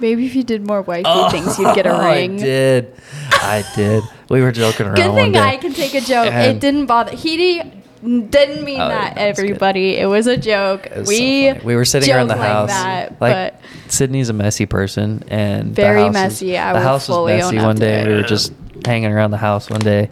Speaker 1: "Maybe if you did more wifey things, you'd get a ring."
Speaker 3: Oh, I did. I did. We were joking around.
Speaker 1: Good
Speaker 3: one
Speaker 1: thing
Speaker 3: day.
Speaker 1: I can take a joke.
Speaker 3: And-
Speaker 1: it didn't bother. He de- didn't mean
Speaker 3: Oh,
Speaker 1: that,
Speaker 3: no, it's good.
Speaker 1: everybody. It was a joke.
Speaker 3: It was so
Speaker 1: we
Speaker 3: funny. we were sitting around the
Speaker 1: joke like
Speaker 3: house.
Speaker 1: that,
Speaker 3: like
Speaker 1: but
Speaker 3: Sydney's a messy person, and the
Speaker 1: Very
Speaker 3: house is-
Speaker 1: messy. I
Speaker 3: the
Speaker 1: will
Speaker 3: house was
Speaker 1: fully own
Speaker 3: messy
Speaker 1: up
Speaker 3: one
Speaker 1: to
Speaker 3: day.
Speaker 1: it.
Speaker 3: We were just hanging around the house one day,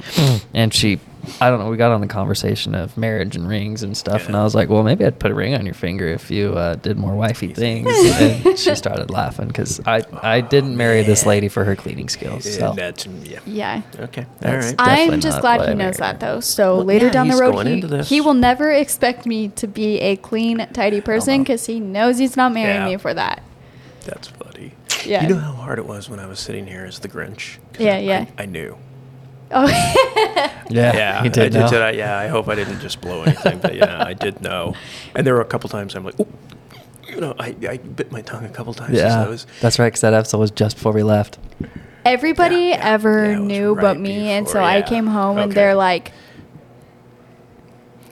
Speaker 3: and she, I don't know. We got on the conversation of marriage and rings and stuff, and I was like, "Well, maybe I'd put a ring on your finger if you uh, did more wifey things." and she started laughing because I, I didn't marry this lady for her cleaning skills. So.
Speaker 2: that's Oh, mm, yeah.
Speaker 1: yeah.
Speaker 2: Okay. All
Speaker 3: That's-
Speaker 2: right.
Speaker 1: I'm
Speaker 3: Definitely
Speaker 1: just
Speaker 3: not
Speaker 1: glad
Speaker 3: what
Speaker 1: he
Speaker 3: I
Speaker 1: knows that
Speaker 3: married.
Speaker 1: though. So
Speaker 2: Well,
Speaker 1: later
Speaker 2: yeah,
Speaker 1: down the
Speaker 2: he's
Speaker 1: road,
Speaker 2: going into
Speaker 1: he,
Speaker 2: this.
Speaker 1: he will never expect me to be a clean, tidy person
Speaker 3: no.
Speaker 1: because he knows he's not marrying
Speaker 2: Yeah.
Speaker 1: me for that.
Speaker 2: that's funny.
Speaker 1: Yeah.
Speaker 2: You know how hard it was when I was sitting here as the Grinch. 'Cause
Speaker 1: Yeah,
Speaker 2: I,
Speaker 1: yeah.
Speaker 2: I, I knew.
Speaker 1: Oh,
Speaker 3: Yeah, he did.
Speaker 2: I
Speaker 3: know.
Speaker 2: did, I, yeah, I hope I didn't just blow anything, but yeah, I did know. And there were a couple times I'm like, Oop. you know, I, I bit my tongue a couple times. as
Speaker 3: Yeah,
Speaker 2: I was,
Speaker 3: that's right. Because that episode was just before we left.
Speaker 1: Everybody
Speaker 2: Yeah, yeah,
Speaker 1: ever
Speaker 2: yeah, it was
Speaker 1: knew
Speaker 2: right
Speaker 1: but me, and so
Speaker 2: before,
Speaker 1: I
Speaker 2: yeah.
Speaker 1: came home and
Speaker 2: Okay.
Speaker 1: they're like,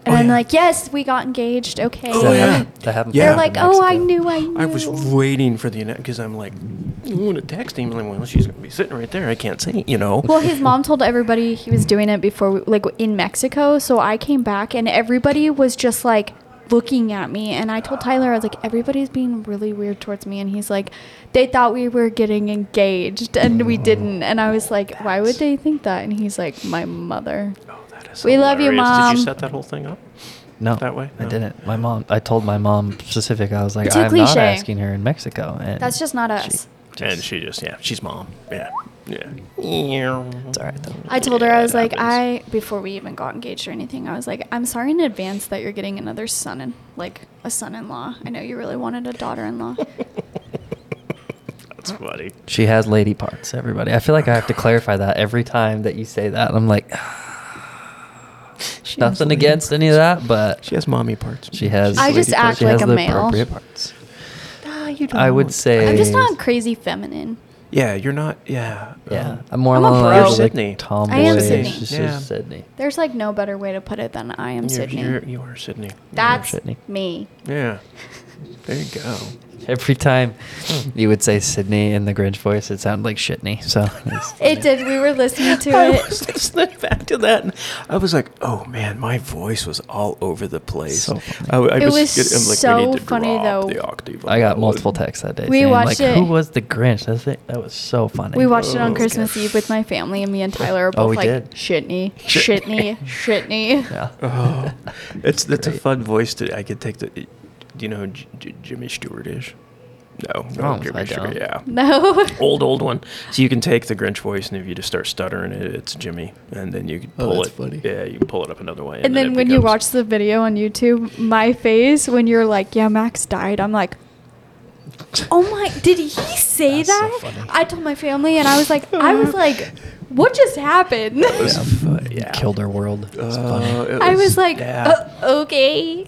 Speaker 1: and
Speaker 2: Oh,
Speaker 1: I'm
Speaker 2: yeah.
Speaker 1: like, yes, we got engaged. Okay.
Speaker 2: Oh,
Speaker 3: that
Speaker 2: yeah.
Speaker 3: happened, that happened
Speaker 2: Yeah.
Speaker 1: They're
Speaker 3: four
Speaker 1: like,
Speaker 3: months
Speaker 1: oh, I
Speaker 3: ago.
Speaker 1: knew, I knew.
Speaker 2: I was waiting for the because I'm like, I'm gonna text him. Like, well, she's gonna be sitting right there. I can't say, you know.
Speaker 1: Well, his mom told everybody he was doing it before, we, like in Mexico. So I came back, and everybody was just like looking at me. And I told Tyler, I was like, everybody's being really weird towards me. And he's like, they thought we were getting engaged, and we didn't. And I was like, why would they think that? And he's like, my mother.
Speaker 2: oh, that is
Speaker 1: We love you,
Speaker 2: hilarious. Did
Speaker 1: Mom.
Speaker 2: you set that whole thing up?
Speaker 3: No,
Speaker 2: that way?
Speaker 3: I
Speaker 2: No.
Speaker 3: didn't. My mom. I told my mom specific. I was like,
Speaker 1: Too
Speaker 3: I'm not
Speaker 1: cliche.
Speaker 3: asking her in Mexico. And
Speaker 1: That's just not
Speaker 3: she
Speaker 1: us.
Speaker 2: and she just, yeah, she's mom. Yeah, yeah. It's
Speaker 3: It's all right though.
Speaker 1: I told her I
Speaker 2: Yeah,
Speaker 1: was
Speaker 2: it
Speaker 1: like I
Speaker 2: happens.
Speaker 1: before we even got engaged or anything. I was like, I'm sorry in advance that you're getting another son and like a son-in-law. I know you really wanted a daughter-in-law.
Speaker 2: That's funny.
Speaker 3: She has lady parts. Everybody. I feel like I have to clarify that every time that you say that. I'm like,
Speaker 2: She has
Speaker 3: nothing
Speaker 2: lady
Speaker 3: against any of that, but
Speaker 2: She has mommy parts.
Speaker 3: she has.
Speaker 1: I just
Speaker 3: lady parts.
Speaker 1: act
Speaker 3: She
Speaker 1: like
Speaker 3: has
Speaker 1: a
Speaker 3: the
Speaker 1: male.
Speaker 3: appropriate parts.
Speaker 2: Ah, you
Speaker 3: I would
Speaker 2: don't.
Speaker 3: say.
Speaker 1: I'm just not crazy feminine.
Speaker 2: Yeah, you're not. Yeah.
Speaker 3: Yeah,
Speaker 2: um,
Speaker 3: I'm more
Speaker 1: I'm a
Speaker 3: along
Speaker 1: bro.
Speaker 3: the lines of like
Speaker 2: Sydney.
Speaker 3: tomboy.
Speaker 1: I am
Speaker 2: Sydney.
Speaker 3: She's
Speaker 2: Yeah.
Speaker 3: Sydney.
Speaker 1: There's like no better way to put it than I am
Speaker 2: you're,
Speaker 1: Sydney.
Speaker 2: You're, you are Sydney.
Speaker 1: That's
Speaker 3: Sydney.
Speaker 1: me.
Speaker 2: Yeah. There you go.
Speaker 3: Every time you would say Sydney in the Grinch voice, it sounded like shitney. So it's-
Speaker 1: It did. We were listening to
Speaker 2: I
Speaker 1: it.
Speaker 2: was listening back to that, and I was like, "Oh man, my voice was all over the place."
Speaker 3: So funny.
Speaker 2: I, I
Speaker 1: It was
Speaker 2: get-
Speaker 1: so funny, though.
Speaker 2: The octave on
Speaker 3: I
Speaker 2: that
Speaker 3: got
Speaker 2: one.
Speaker 3: multiple texts that day.
Speaker 1: We
Speaker 3: saying,
Speaker 1: watched
Speaker 3: like,
Speaker 1: it-
Speaker 3: Who was the Grinch? That's it. That was so funny.
Speaker 1: We watched it
Speaker 2: Oh,
Speaker 1: on
Speaker 2: okay.
Speaker 1: Christmas Eve with my family, and me and Tyler are
Speaker 3: Oh,
Speaker 1: both
Speaker 3: we
Speaker 1: like
Speaker 3: did.
Speaker 1: shitney,
Speaker 2: Shitney.
Speaker 1: shitney, shitney.
Speaker 3: Yeah.
Speaker 2: Oh, it's that's a
Speaker 3: Great.
Speaker 2: fun voice to. I could take the. Do you know who J- J- Jimmy Stewart is? No, no,
Speaker 3: Oh,
Speaker 2: Jimmy
Speaker 3: I
Speaker 2: Stewart.
Speaker 3: don't.
Speaker 2: Yeah,
Speaker 1: No.
Speaker 2: old old one. So you can take the Grinch voice, and if you just start stuttering, it, it's Jimmy, and then you can
Speaker 4: Oh,
Speaker 2: pull
Speaker 4: that's
Speaker 2: it.
Speaker 4: funny.
Speaker 2: Yeah, you can pull it up another way.
Speaker 1: And then
Speaker 2: it
Speaker 1: when you
Speaker 2: becomes-
Speaker 1: watch the video on YouTube, my face when you're like, "Yeah, Max died," I'm like, "Oh my! Did he say
Speaker 3: That's so
Speaker 1: that?"
Speaker 3: funny.
Speaker 1: I told my family, and I was like, "I was like, what just happened?"
Speaker 2: was fu- yeah.
Speaker 3: Killed our world. It's
Speaker 2: Uh,
Speaker 3: funny.
Speaker 2: it
Speaker 1: I was like,
Speaker 2: yeah.
Speaker 1: "Uh, "Okay."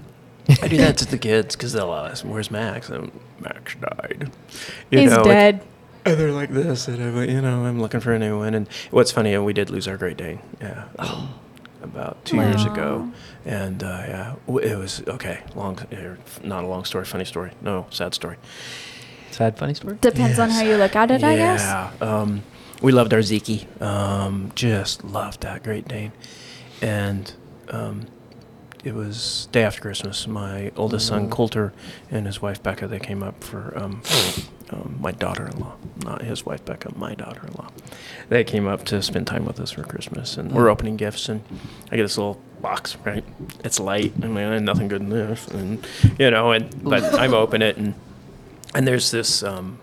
Speaker 2: I do that to the kids because they'll ask, "Where's Max?" And Max died. You
Speaker 1: He's
Speaker 2: know, it-
Speaker 1: dead.
Speaker 2: and they're like this, and I'm, like, you know, I'm looking for a new one. And what's funny, uh, we did lose our Great Dane. Yeah. um, About two years ago, and uh, yeah, w- it was okay. Long, er, f- not a long story. Funny story. No, sad story.
Speaker 3: Sad funny story.
Speaker 1: Depends on
Speaker 2: Yes.
Speaker 1: how you look at it, I guess.
Speaker 2: Yeah. Um, we loved our Ziki. Um, just loved that Great Dane. And um, it was day after Christmas. My oldest son, Coulter, and his wife, Becca, they came up for um, um, my daughter in law. Not his wife, Becca, my daughter in law. They came up to spend time with us for Christmas. And
Speaker 1: Mm.
Speaker 2: we're opening gifts. And I get this little box, right? It's light. I mean, ain't nothing good in this. And, you know, and but I'm open it. And, and there's this. Um,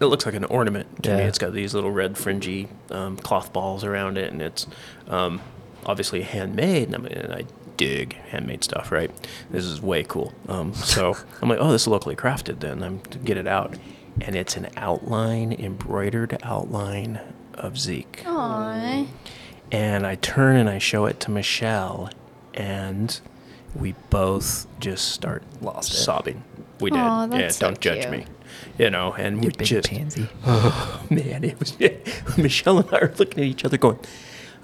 Speaker 2: it looks like an ornament to me.
Speaker 3: Yeah.
Speaker 2: It's got these little red fringy um, cloth balls around it, and it's um, obviously handmade. And I, mean, and I dig handmade stuff, right? This is way cool. Um, so I'm like, oh, this is locally crafted. Then I'm to get it out, and it's an outline, embroidered outline of Zeke.
Speaker 1: Aww.
Speaker 2: And I turn and I show it to Michelle, and we both just start
Speaker 3: Lost it.
Speaker 2: sobbing. We did.
Speaker 1: Aw,
Speaker 2: yeah,
Speaker 1: that's so
Speaker 2: don't judge
Speaker 1: cute.
Speaker 2: me. You know, and
Speaker 3: You
Speaker 2: we
Speaker 3: big
Speaker 2: just
Speaker 3: pansy.
Speaker 2: Oh man, it was Michelle and I are looking at each other, going,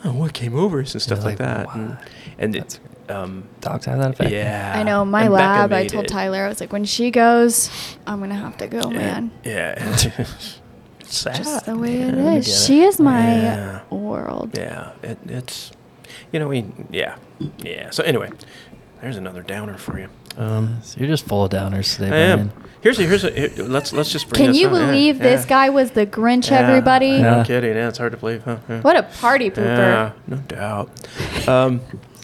Speaker 2: "Oh, what came over us?" and stuff
Speaker 3: You're
Speaker 2: like,
Speaker 3: like,
Speaker 2: that.
Speaker 3: "What?"
Speaker 2: And, and
Speaker 3: That's
Speaker 2: it, um,
Speaker 3: Dogs have that effect.
Speaker 2: yeah,
Speaker 1: I know my
Speaker 2: And Becca
Speaker 1: lab. I
Speaker 2: made
Speaker 1: told
Speaker 2: it.
Speaker 1: Tyler, I was like, "When she goes, I'm gonna have to go,
Speaker 2: And-
Speaker 1: man."
Speaker 2: Yeah, and it's sad.
Speaker 1: Just the way it
Speaker 2: man.
Speaker 3: I get
Speaker 1: is. She
Speaker 3: it.
Speaker 1: is my
Speaker 2: Yeah.
Speaker 1: world.
Speaker 2: Yeah, it, it's you know we yeah yeah. So anyway, there's another downer for you. Um,
Speaker 3: So you're just full of downers today,
Speaker 2: I am.
Speaker 3: Brian.
Speaker 2: Here's a here's a here, let's let's just bring
Speaker 1: Can
Speaker 2: this
Speaker 1: you
Speaker 2: up. Yeah,
Speaker 1: believe this
Speaker 2: yeah.
Speaker 1: guy was the Grinch,
Speaker 2: Yeah,
Speaker 1: everybody?
Speaker 2: No
Speaker 3: Yeah.
Speaker 2: kidding. Yeah, it's hard to believe. Huh? Yeah.
Speaker 1: What a party pooper.
Speaker 2: Yeah, no doubt. Um,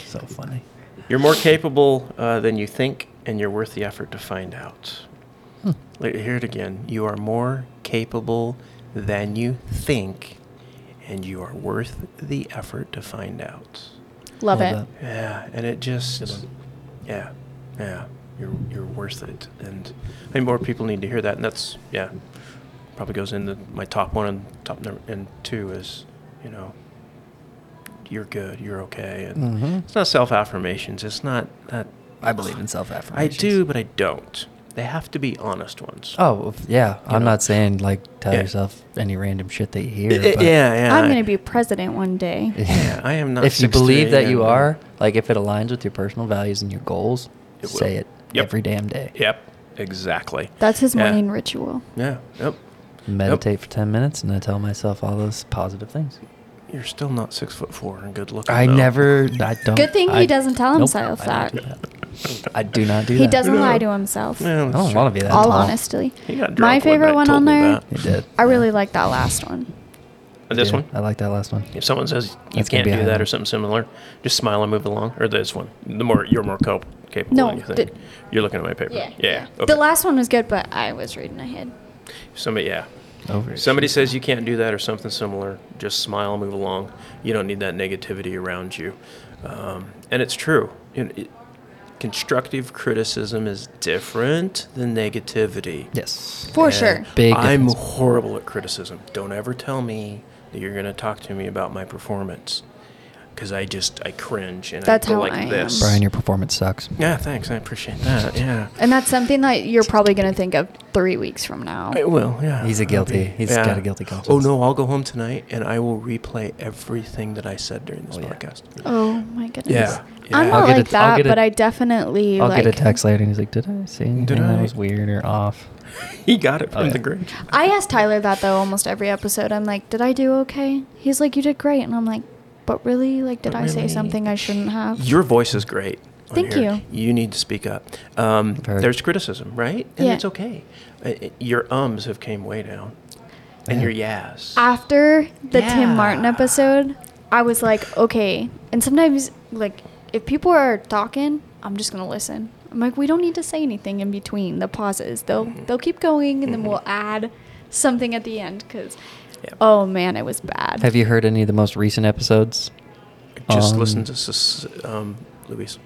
Speaker 3: So funny.
Speaker 2: You're more capable uh, than you think, and you're worth the effort to find out.
Speaker 3: Hmm.
Speaker 2: Let- Hear it again. You are more capable than you think, and you are worth the effort to find out.
Speaker 1: Love, it.
Speaker 3: that.
Speaker 2: Yeah, and it
Speaker 3: Good
Speaker 2: just,
Speaker 3: one.
Speaker 2: yeah, yeah, you're you're worth it, and I mean more people need to hear that, and that's yeah, probably goes into my top one and top number and two is, you know, you're good, you're okay, and
Speaker 3: Mhm.
Speaker 2: it's not self affirmations, it's not that
Speaker 3: I believe in self
Speaker 2: I
Speaker 3: affirmation.
Speaker 2: do, but I don't. They have to be honest ones.
Speaker 3: Oh yeah,
Speaker 2: You
Speaker 3: I'm
Speaker 2: know.
Speaker 3: not saying like tell
Speaker 2: Yeah.
Speaker 3: yourself any random shit that you hear.
Speaker 2: I- I-
Speaker 3: but
Speaker 2: yeah, yeah.
Speaker 1: I'm going to be president one day.
Speaker 2: Yeah, I am not
Speaker 3: If you
Speaker 2: 60
Speaker 3: believe that you
Speaker 2: and- uh,
Speaker 3: are, like if it aligns with your personal values and your goals,
Speaker 2: It will.
Speaker 3: say it
Speaker 2: Yep.
Speaker 3: every damn day.
Speaker 2: Yep, exactly.
Speaker 1: That's his
Speaker 2: Yeah.
Speaker 1: morning ritual.
Speaker 2: Yeah. Yep.
Speaker 3: Meditate for ten minutes, and I tell myself all those positive things.
Speaker 2: You're still not six foot four and good looking.
Speaker 3: I
Speaker 2: though.
Speaker 3: never. I don't.
Speaker 1: Good thing
Speaker 3: I,
Speaker 1: he doesn't tell
Speaker 3: nope,
Speaker 1: himself
Speaker 3: I
Speaker 1: that.
Speaker 3: don't do that. I do not do that.
Speaker 1: He doesn't
Speaker 2: No.
Speaker 1: lie to himself.
Speaker 2: Yeah,
Speaker 3: I
Speaker 2: that's
Speaker 3: don't
Speaker 2: true.
Speaker 3: want to be that.
Speaker 1: All
Speaker 3: tall.
Speaker 1: honestly.
Speaker 2: He got drunk
Speaker 1: My
Speaker 2: one
Speaker 1: favorite
Speaker 2: night,
Speaker 1: one
Speaker 2: told
Speaker 1: on
Speaker 2: me
Speaker 1: there,
Speaker 2: that.
Speaker 3: He did.
Speaker 1: I really like that last one.
Speaker 2: Uh, This
Speaker 3: Yeah,
Speaker 2: one.
Speaker 3: I like that last one.
Speaker 2: If someone says you
Speaker 3: That's gonna
Speaker 2: can't
Speaker 3: be a
Speaker 2: do
Speaker 3: high
Speaker 2: that
Speaker 3: one.
Speaker 2: or something similar, just smile and move along. Or this one. The more you're more cop- capable.
Speaker 1: No,
Speaker 2: than you think.
Speaker 1: the-
Speaker 2: you're looking at my paper. Yeah. okay.
Speaker 1: The last one was good, but I was reading ahead.
Speaker 2: Somebody. Yeah.
Speaker 3: Over.
Speaker 2: Somebody says you can't do that or something similar. Just smile, move along. You don't need that negativity around you. Um, and it's true. You know, it, constructive criticism is different than negativity.
Speaker 3: Yes.
Speaker 1: For
Speaker 2: And
Speaker 1: sure.
Speaker 3: Big
Speaker 2: I'm
Speaker 3: difference.
Speaker 2: horrible at criticism. Don't ever tell me that you're going to talk to me about my performance. because I just I cringe and
Speaker 1: That's
Speaker 2: I go
Speaker 1: how
Speaker 2: like
Speaker 1: I am.
Speaker 2: this.
Speaker 3: Brian, your performance sucks.
Speaker 2: Yeah, thanks. I appreciate that. Yeah.
Speaker 1: And that's something that you're probably going to think of three weeks from now.
Speaker 2: I will, yeah.
Speaker 3: He's a
Speaker 2: I'll
Speaker 3: guilty.
Speaker 2: be-
Speaker 3: He's got a guilty conscience.
Speaker 2: Oh no, I'll go home tonight and I will replay everything that I said during this
Speaker 3: Oh, yeah.
Speaker 2: podcast.
Speaker 1: Oh my goodness.
Speaker 2: Yeah,
Speaker 1: I'm
Speaker 2: yeah.
Speaker 1: not
Speaker 2: I'll
Speaker 3: get
Speaker 1: like
Speaker 3: a- I'll
Speaker 1: that,
Speaker 3: get a-
Speaker 1: but I definitely
Speaker 3: I'll
Speaker 1: like.
Speaker 3: get a text later, and he's like, "Did I say anything that
Speaker 2: I?"
Speaker 3: was weird or off?"
Speaker 2: He got it
Speaker 3: Oh,
Speaker 2: from
Speaker 3: yeah.
Speaker 2: the grade.
Speaker 1: I ask Tyler that though almost every episode. I'm like, did I do okay? He's like, you did great, and I'm like, but really, like, did
Speaker 2: But
Speaker 1: I say
Speaker 2: really?
Speaker 1: something I shouldn't have?
Speaker 2: Your voice is great. on
Speaker 1: Thank
Speaker 2: here.
Speaker 1: you.
Speaker 2: You need to speak up. Um,
Speaker 3: Very-
Speaker 2: there's criticism, right? And
Speaker 1: Yeah.
Speaker 2: it's okay. Uh, uh, your ums have came way down, and your yas.
Speaker 1: After the Tim Martin
Speaker 2: Yeah.
Speaker 1: episode, I was like, okay. And sometimes, like, if people are talking, I'm just gonna listen. I'm like, we don't need to say anything in between the pauses. They'll
Speaker 2: Mm-hmm.
Speaker 1: they'll keep going, and then we'll add something at the end because,
Speaker 2: Yep.
Speaker 1: oh man, it was bad.
Speaker 3: Have you heard any of the most recent episodes?
Speaker 2: Just
Speaker 3: Um,
Speaker 2: listen to Sus- um, Luis.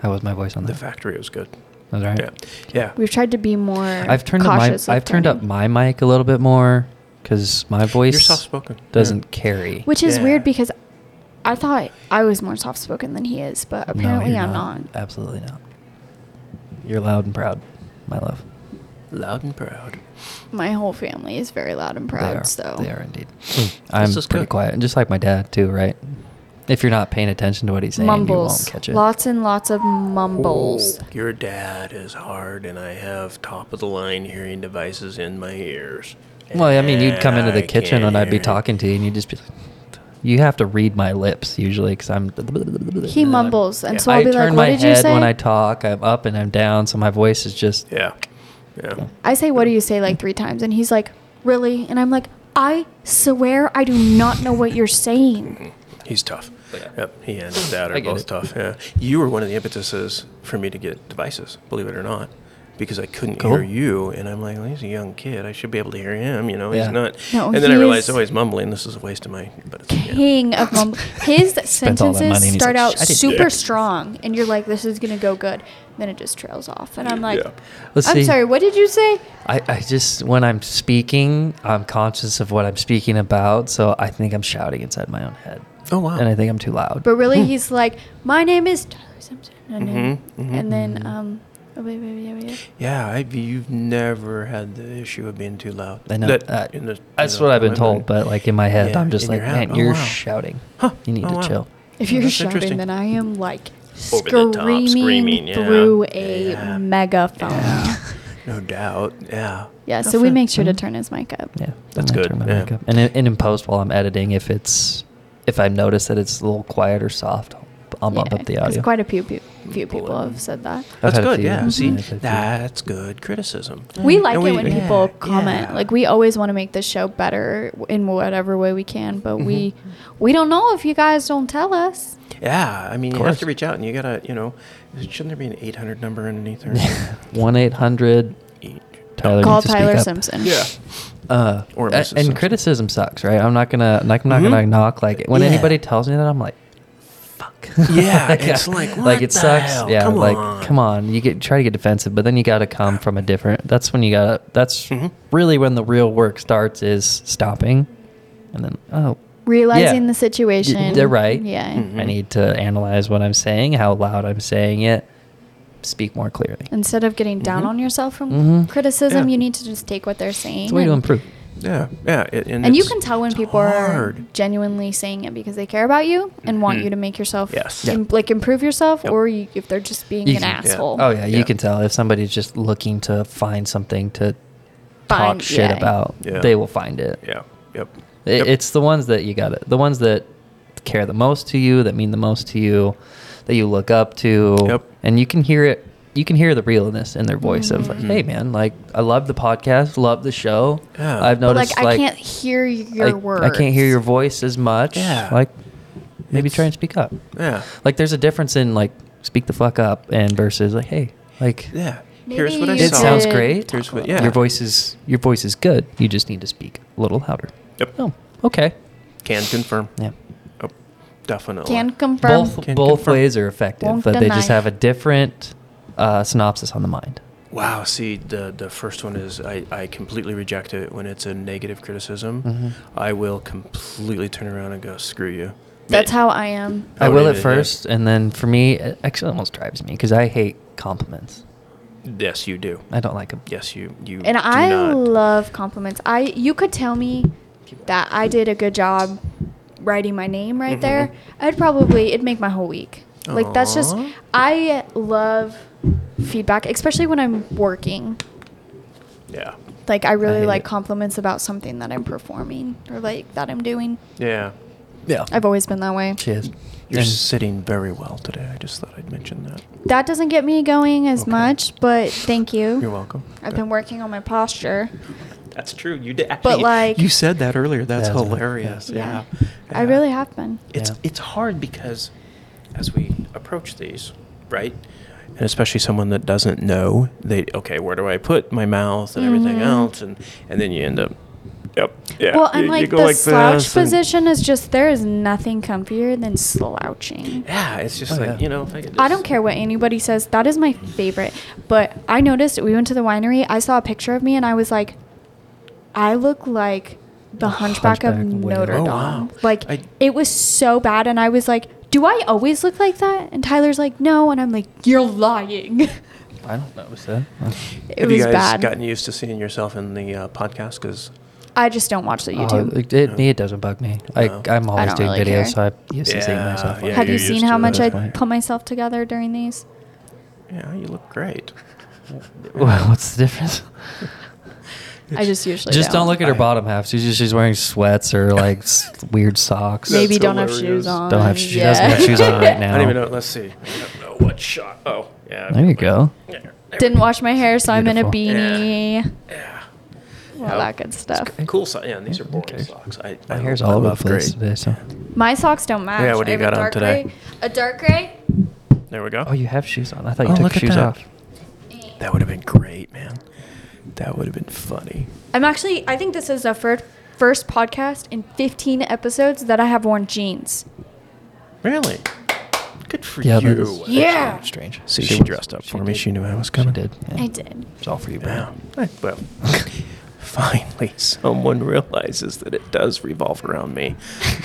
Speaker 3: How was my voice on
Speaker 2: The
Speaker 3: that?
Speaker 2: factory was good.
Speaker 3: That was all right.
Speaker 2: Yeah, yeah.
Speaker 1: We've tried to be more.
Speaker 3: I've turned up my
Speaker 1: cautious with
Speaker 3: I've turned up
Speaker 1: timing.
Speaker 3: my mic a little bit more because my voice
Speaker 2: soft-spoken.
Speaker 3: doesn't
Speaker 2: Yeah.
Speaker 3: carry.
Speaker 1: Which is
Speaker 2: Yeah.
Speaker 1: weird because I thought I was more soft spoken than he is, but
Speaker 3: No,
Speaker 1: apparently
Speaker 3: you're
Speaker 1: I'm not.
Speaker 3: Absolutely not. You're loud and proud, my love.
Speaker 2: loud and proud.
Speaker 1: My whole family is very loud and proud,
Speaker 3: they are.
Speaker 1: so
Speaker 3: They are indeed. I'm
Speaker 2: Mm. is
Speaker 3: pretty
Speaker 2: good.
Speaker 3: quiet, and just like my dad too, right? If you're not paying attention to what he's saying, you won't
Speaker 1: mumbles.
Speaker 3: catch it.
Speaker 1: Lots and lots of mumbles.
Speaker 2: Ooh, your dad is hard, and I have top of the line hearing devices in my ears.
Speaker 3: Well, I mean, you'd come into
Speaker 2: And
Speaker 3: the
Speaker 2: I
Speaker 3: kitchen and
Speaker 2: can't
Speaker 3: I'd be
Speaker 2: hear.
Speaker 3: talking to you, and you'd just be like, you have to read my lips usually because I'm.
Speaker 1: He mumbles, and
Speaker 2: Yeah.
Speaker 1: so I'll
Speaker 3: I
Speaker 1: be like,
Speaker 3: turn
Speaker 1: "What
Speaker 3: my
Speaker 1: did you
Speaker 3: head
Speaker 1: say?"
Speaker 3: when I talk. I'm up and I'm down, so my voice is just.
Speaker 2: Yeah, yeah.
Speaker 1: I say, "What do you say?" like three times, and he's like, "Really?" And I'm like, "I swear, I do not know what you're saying."
Speaker 2: He's tough.
Speaker 3: Yeah.
Speaker 2: Yep, he and his dad
Speaker 3: I
Speaker 2: are
Speaker 3: get
Speaker 2: both
Speaker 3: it.
Speaker 2: tough. Yeah, you were one of the impetuses for me to get devices, believe it or not, because I couldn't
Speaker 3: Cool.
Speaker 2: hear you, and I'm like, well, he's a young kid. I should be able to hear him. You know,
Speaker 3: Yeah.
Speaker 2: he's not.
Speaker 1: No,
Speaker 2: and then I
Speaker 1: he
Speaker 2: realized,
Speaker 1: is
Speaker 2: oh, he's mumbling. This is a waste of my. But it's, yeah.
Speaker 1: King of mumble. His
Speaker 3: Spent all that money and
Speaker 1: sentences
Speaker 3: he's
Speaker 1: start
Speaker 3: like,
Speaker 1: out
Speaker 3: "Shh, I didn't do
Speaker 1: super
Speaker 3: it."
Speaker 1: strong, and you're like, "This is gonna go good." Then it just trails off, and I'm like,
Speaker 2: Yeah.
Speaker 3: Let's
Speaker 1: I'm
Speaker 3: see.
Speaker 1: sorry, what did you say?
Speaker 3: I, I just when I'm speaking, I'm conscious of what I'm speaking about, so I think I'm shouting inside my own head,
Speaker 2: Oh wow.
Speaker 3: and I think I'm too loud.
Speaker 1: But really, he's like, my name is Tyler Simpson. And, then-
Speaker 3: Mm-hmm,
Speaker 2: Mhm, mhm.
Speaker 1: and then, um, oh, wait, wait, wait, wait, wait.
Speaker 2: yeah, I, you've never had the issue of being too loud.
Speaker 3: I know
Speaker 2: That-
Speaker 3: uh,
Speaker 2: in the-
Speaker 3: that's
Speaker 2: you know,
Speaker 3: what I've been
Speaker 2: I'm-
Speaker 3: told, but like in my head,
Speaker 2: Yeah,
Speaker 3: I'm just
Speaker 2: in
Speaker 3: like,
Speaker 2: your head.
Speaker 3: man,
Speaker 2: Oh,
Speaker 3: you're
Speaker 2: wow.
Speaker 3: shouting.
Speaker 2: Huh.
Speaker 3: You need
Speaker 2: Oh,
Speaker 3: to
Speaker 2: wow.
Speaker 3: chill.
Speaker 1: If
Speaker 2: Oh,
Speaker 1: you're
Speaker 2: that's
Speaker 1: shouting,
Speaker 2: interesting.
Speaker 1: then I am like
Speaker 2: Over
Speaker 1: screaming,
Speaker 2: the top, screaming, yeah.
Speaker 1: through a
Speaker 2: Yeah.
Speaker 1: megaphone.
Speaker 2: Yeah.
Speaker 1: Yeah.
Speaker 2: No doubt. Yeah.
Speaker 1: so we make sure to turn his mic up.
Speaker 3: Yeah,
Speaker 2: That's
Speaker 3: I
Speaker 2: good,
Speaker 3: turn my
Speaker 2: yeah.
Speaker 3: mic up. And, in- and in post while I'm editing, if it's if I notice that it's a little quiet or soft, I'll bump
Speaker 1: Yeah,
Speaker 3: up the
Speaker 1: 'cause
Speaker 3: audio.
Speaker 1: Quite a few, pe- few
Speaker 2: Pull
Speaker 1: people
Speaker 2: it.
Speaker 1: have said that.
Speaker 3: I've
Speaker 2: That's
Speaker 3: had a
Speaker 2: good.
Speaker 3: few.
Speaker 2: Yeah.
Speaker 3: Mhm.
Speaker 2: See,
Speaker 3: I've had a few.
Speaker 2: that's good criticism.
Speaker 1: Mm-hmm.
Speaker 3: Mm.
Speaker 1: We like
Speaker 2: And
Speaker 1: it when
Speaker 2: yeah,
Speaker 1: people comment.
Speaker 2: yeah.
Speaker 1: Like we always want to make the show better in whatever way we can, but we
Speaker 3: Mm-hmm.
Speaker 1: we don't know if you guys don't tell us.
Speaker 2: Yeah, I mean, you
Speaker 3: course.
Speaker 2: have to reach out, and you gotta, you know, shouldn't there be an eight hundred number underneath there?
Speaker 3: One eight hundred
Speaker 2: Eight.
Speaker 3: Tyler.
Speaker 1: Call
Speaker 3: needs to speak
Speaker 1: Tyler
Speaker 3: up.
Speaker 1: Simpson.
Speaker 2: Yeah.
Speaker 3: Uh,
Speaker 2: Or
Speaker 3: a-
Speaker 2: Mrs. Simpson.
Speaker 3: and criticism sucks, right? I'm not gonna like I'm not
Speaker 2: Mhm.
Speaker 3: gonna knock like when
Speaker 2: Yeah.
Speaker 3: anybody tells me that I'm like, fuck.
Speaker 2: Yeah, it's like, what
Speaker 3: it
Speaker 2: the
Speaker 3: sucks.
Speaker 2: hell?
Speaker 3: Yeah,
Speaker 2: Come
Speaker 3: like
Speaker 2: on.
Speaker 3: come on. You get try to get defensive, but then you got to come from a different. That's when you got to That's
Speaker 2: Mhm.
Speaker 3: really when the real work starts is stopping, and then oh,
Speaker 1: realizing
Speaker 3: Yeah.
Speaker 1: the situation.
Speaker 3: they're right.
Speaker 1: Yeah.
Speaker 2: Mhm.
Speaker 3: I need to analyze what I'm saying, how loud I'm saying it, speak more clearly.
Speaker 1: Instead of getting down
Speaker 2: Mhm.
Speaker 1: on yourself from
Speaker 3: Mhm.
Speaker 1: criticism,
Speaker 2: Yeah.
Speaker 1: you need to just take what they're saying.
Speaker 3: Mm-hmm. It's a way to
Speaker 1: and-
Speaker 3: improve.
Speaker 2: Yeah, yeah. it- and
Speaker 1: And, you
Speaker 2: it's-
Speaker 1: can tell when
Speaker 2: it's
Speaker 1: people
Speaker 2: hard.
Speaker 1: are genuinely saying it because they care about you and want
Speaker 2: Mhm.
Speaker 1: you to make yourself
Speaker 2: Yes.
Speaker 1: im- like improve yourself,
Speaker 2: Yep.
Speaker 1: or you, if they're just being
Speaker 3: You
Speaker 1: an
Speaker 3: can-
Speaker 2: yeah.
Speaker 1: asshole.
Speaker 3: Oh yeah, you
Speaker 2: Yeah.
Speaker 3: can tell if somebody's just looking to find something to talk
Speaker 1: Find-
Speaker 3: shit
Speaker 1: yeah.
Speaker 3: about.
Speaker 2: Yeah.
Speaker 3: They will find it.
Speaker 2: Yeah. Yep.
Speaker 3: It,
Speaker 2: yep.
Speaker 3: It's the ones that you got it. The ones that care the most to you, that mean the most to you, that you look up to.
Speaker 2: Yep.
Speaker 3: And you can hear it. You can hear the realness in their voice of like,
Speaker 1: Mm-hmm.
Speaker 2: Mhm.
Speaker 3: "Hey, man, like I love the podcast, love the show.
Speaker 2: Yeah.
Speaker 3: I've
Speaker 1: But,
Speaker 3: noticed
Speaker 1: like, I can't hear your
Speaker 3: I,
Speaker 1: words.
Speaker 3: I can't hear your voice as much.
Speaker 2: Yeah.
Speaker 3: Like maybe
Speaker 2: It's-
Speaker 3: try and speak up.
Speaker 2: yeah.
Speaker 3: Like there's a difference in like speak the fuck up and versus like, hey, like
Speaker 2: Yeah.
Speaker 1: Maybe
Speaker 2: Here's what I
Speaker 1: you
Speaker 3: it
Speaker 2: saw.
Speaker 3: sounds
Speaker 1: could
Speaker 3: great.
Speaker 1: talk
Speaker 2: Here's what-
Speaker 1: about
Speaker 2: yeah.
Speaker 3: Your voice is your voice is good. You just need to speak a little louder.
Speaker 2: Yep.
Speaker 3: Oh, okay.
Speaker 2: Can confirm.
Speaker 3: Yeah.
Speaker 2: Oh, definitely.
Speaker 1: Can confirm.
Speaker 3: Both
Speaker 2: Can
Speaker 3: both
Speaker 2: confirm.
Speaker 3: ways are effective,
Speaker 1: Won't
Speaker 3: but they just
Speaker 1: deny.
Speaker 3: have a different uh, synopsis on the mind.
Speaker 2: Wow. See, the the first one is I, I completely reject it when it's a negative criticism.
Speaker 3: Mhm.
Speaker 2: I will completely turn around and go screw you.
Speaker 1: That's how I am.
Speaker 2: I
Speaker 3: I will
Speaker 2: would
Speaker 3: at
Speaker 2: either, yeah.
Speaker 3: first, and then for me, it actually almost drives me because I hate compliments.
Speaker 2: Yes, you do.
Speaker 3: I don't like them.
Speaker 2: Yes, you you.
Speaker 1: And
Speaker 2: do
Speaker 1: I
Speaker 2: not.
Speaker 1: love compliments. I you could tell me that I did a good job writing my name
Speaker 2: Mm-hmm.
Speaker 1: right there. I'd probably it'd make my whole week. Like that's just
Speaker 2: Aw.
Speaker 1: I love feedback, especially when I'm working.
Speaker 2: Yeah,
Speaker 1: Like I really
Speaker 3: hate
Speaker 1: like
Speaker 3: it.
Speaker 1: compliments about something that I'm performing or like that I'm doing.
Speaker 2: yeah.
Speaker 3: Yeah.
Speaker 1: I've always been that way.
Speaker 3: Cheers.
Speaker 2: You're
Speaker 3: And-
Speaker 2: sitting very well today. I just thought I'd mention that.
Speaker 1: That doesn't get me going as
Speaker 2: Okay.
Speaker 1: much, but thank you.
Speaker 2: You're welcome.
Speaker 1: I've been working on my posture.
Speaker 2: That's true. You did.
Speaker 1: But, like-
Speaker 2: you said that earlier. That's
Speaker 3: Yeah, it's-
Speaker 2: hilarious.
Speaker 1: Yeah.
Speaker 2: Yeah.
Speaker 1: I
Speaker 2: Yeah.
Speaker 1: really have been.
Speaker 2: It's
Speaker 3: Yeah.
Speaker 2: it's hard because as we approach these, right? And especially someone that doesn't know, they okay, where do I put my mouth and everything
Speaker 1: Mhm.
Speaker 2: else, and and then you end up, yep, yeah.
Speaker 1: Well,
Speaker 2: you-
Speaker 1: and
Speaker 2: you
Speaker 1: like
Speaker 2: go
Speaker 1: the
Speaker 2: this
Speaker 1: slouch
Speaker 2: and-
Speaker 1: position is just there is nothing comfier than slouching.
Speaker 2: Yeah, it's just
Speaker 3: Oh,
Speaker 2: like
Speaker 3: yeah.
Speaker 2: you know. If I, could
Speaker 1: I
Speaker 2: just-
Speaker 1: don't care what anybody says. That is my favorite. But I noticed we went to the winery. I saw a picture of me and I was like, I look like the Hunchback, of
Speaker 3: Hunchback, wow.
Speaker 1: Notre
Speaker 2: Oh,
Speaker 1: Dame.
Speaker 2: wow.
Speaker 1: Like
Speaker 2: I-
Speaker 1: it was so bad, and I was like, Do I always look like that? And Tyler's like, No, and I'm like, You're lying.
Speaker 3: I don't notice that.
Speaker 1: it
Speaker 2: Have
Speaker 1: was
Speaker 2: you guys
Speaker 1: bad.
Speaker 2: gotten used to seeing yourself in the uh, podcast? Because
Speaker 1: I just don't watch the YouTube.
Speaker 3: Oh, it, it, me, it doesn't bug me. I,
Speaker 2: No.
Speaker 3: I'm
Speaker 1: Oh. I
Speaker 3: always
Speaker 1: don't
Speaker 3: doing
Speaker 1: really care.
Speaker 3: videos, so I used to seeing
Speaker 2: Yeah,
Speaker 3: myself.
Speaker 2: yeah,
Speaker 1: Have you
Speaker 2: you're
Speaker 1: seen
Speaker 2: used
Speaker 1: how
Speaker 2: to
Speaker 1: much
Speaker 2: that
Speaker 1: I
Speaker 2: at this point.
Speaker 1: put myself together during these?
Speaker 2: yeah, you look great.
Speaker 3: Well, what's the difference?
Speaker 1: I just usually
Speaker 3: Just don't look at her
Speaker 2: I-
Speaker 3: bottom half. She's just she's wearing sweats or like s- weird socks.
Speaker 1: Maybe
Speaker 2: That's
Speaker 1: don't have
Speaker 2: hilarious.
Speaker 1: shoes on.
Speaker 3: Don't have shoes- she doesn't have shoes on right now.
Speaker 2: I don't even know. Let's see. I don't know what shot. Oh, yeah.
Speaker 3: There you go.
Speaker 2: Yeah, there
Speaker 1: Didn't
Speaker 2: we go.
Speaker 1: wash my hair, so I'm in a
Speaker 3: Beautiful.
Speaker 1: beanie.
Speaker 2: Yeah.
Speaker 1: All that good stuff.
Speaker 2: Cool socks. Yeah, and these are
Speaker 3: Yeah,
Speaker 2: boring
Speaker 3: okay.
Speaker 2: socks. I,
Speaker 3: My
Speaker 2: I
Speaker 3: hair's
Speaker 2: I
Speaker 3: all over the
Speaker 2: love
Speaker 3: place
Speaker 2: gray.
Speaker 3: today. So.
Speaker 1: My socks don't match.
Speaker 2: Yeah, what do
Speaker 1: I
Speaker 2: you
Speaker 1: have a
Speaker 2: got on
Speaker 1: dark
Speaker 2: today?
Speaker 1: Gray, a dark gray.
Speaker 2: There we go.
Speaker 3: Oh, you have shoes on. I thought
Speaker 2: Oh,
Speaker 3: you took
Speaker 2: look at
Speaker 3: shoes
Speaker 2: that.
Speaker 3: off.
Speaker 2: That would have been great, man. That would have been funny.
Speaker 1: I'm actually. I think this is the first first podcast in 15 episodes that I have worn jeans.
Speaker 2: Really? Good for
Speaker 3: Yeah, that
Speaker 2: you.
Speaker 3: is-
Speaker 1: Yeah.
Speaker 3: Strange.
Speaker 2: See,
Speaker 3: She
Speaker 2: she,
Speaker 3: was-
Speaker 2: dressed up
Speaker 3: she
Speaker 2: for me.
Speaker 3: did.
Speaker 2: She knew I was
Speaker 3: She
Speaker 2: coming.
Speaker 3: did. yeah.
Speaker 1: I did.
Speaker 3: It's all for you,
Speaker 2: Yeah.
Speaker 3: bro.
Speaker 2: I- Well, finally, someone realizes that it does revolve around me.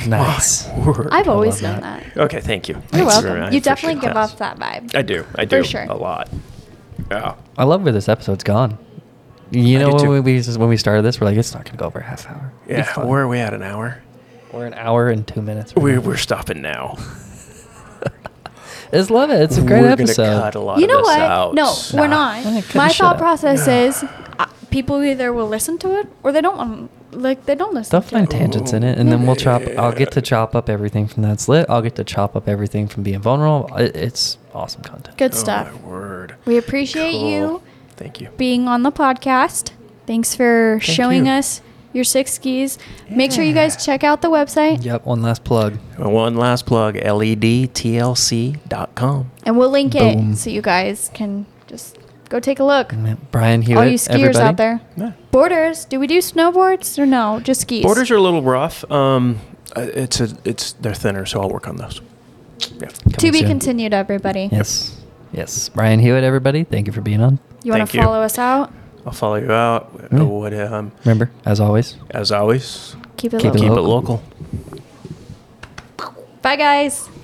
Speaker 2: My
Speaker 3: Nice.
Speaker 2: word.
Speaker 1: I've always done
Speaker 3: love that.
Speaker 1: that.
Speaker 2: Okay, thank you.
Speaker 1: You're
Speaker 2: Thanks,
Speaker 1: welcome.
Speaker 2: Sarah. I
Speaker 1: You
Speaker 2: appreciate
Speaker 1: definitely give
Speaker 2: that.
Speaker 1: off that vibe.
Speaker 2: I do. I
Speaker 1: For
Speaker 2: do.
Speaker 1: sure.
Speaker 2: A lot. Yeah.
Speaker 3: I love where this episode's gone. You
Speaker 2: I
Speaker 3: know
Speaker 2: do
Speaker 3: when
Speaker 2: too.
Speaker 3: we, we when we started this, we're like, it's not gonna go over a half hour. It'll be
Speaker 2: Yeah.
Speaker 3: fun.
Speaker 2: Where are we at? An hour?
Speaker 3: We're an hour and two minutes. right
Speaker 2: We're,
Speaker 3: now.
Speaker 2: we're stopping now.
Speaker 3: I just love it. It's a great
Speaker 2: we're
Speaker 3: episode.
Speaker 2: Gonna cut a lot
Speaker 1: You
Speaker 2: of
Speaker 1: know
Speaker 2: this
Speaker 1: what?
Speaker 2: out.
Speaker 1: No,
Speaker 3: Nah.
Speaker 1: we're not.
Speaker 3: I couldn't
Speaker 1: My
Speaker 3: shut
Speaker 1: thought
Speaker 3: up.
Speaker 1: process is, uh, people either will listen to it or they don't. um, Like they don't listen.
Speaker 3: They'll
Speaker 1: to
Speaker 3: find
Speaker 1: it.
Speaker 3: tangents in it, and then we'll chop. I'll get to chop up everything from that's lit. I'll get to chop up everything from being vulnerable. It, it's awesome content.
Speaker 1: Good
Speaker 2: Oh,
Speaker 1: stuff.
Speaker 2: my word.
Speaker 1: We appreciate
Speaker 2: Cool.
Speaker 1: you
Speaker 2: Thank you.
Speaker 1: being on the podcast. Thanks for showing
Speaker 2: you.
Speaker 1: us your six skis. Make sure you guys
Speaker 2: Yeah.
Speaker 1: check out the website,
Speaker 3: Yep. One last plug.
Speaker 2: And One last plug, E ledtlc.com.
Speaker 1: and we'll link
Speaker 3: Boom.
Speaker 1: it so you guys can just go take a look.
Speaker 3: Brian Hewitt.
Speaker 1: All you skiers
Speaker 3: everybody.
Speaker 1: out there.
Speaker 2: Yeah.
Speaker 1: Borders? Do we do snowboards or no? Just skis.
Speaker 2: Borders are a little rough. Um, uh, it's a, it's they're thinner, so I'll work on those. Yeah.
Speaker 1: to
Speaker 3: Coming
Speaker 1: be
Speaker 3: soon.
Speaker 1: continued, everybody.
Speaker 3: Yes. Yes. Brian Hewitt. Everybody. Thank you for being on.
Speaker 1: You want
Speaker 2: Thank
Speaker 1: to
Speaker 2: you.
Speaker 1: follow us out?
Speaker 2: I'll follow you out.
Speaker 3: Yeah.
Speaker 2: I would, um,
Speaker 3: Remember, as always.
Speaker 2: as always,
Speaker 1: Keep it
Speaker 3: Keep
Speaker 1: low.
Speaker 3: it
Speaker 2: keep
Speaker 3: local.
Speaker 2: it local.
Speaker 1: Bye, guys.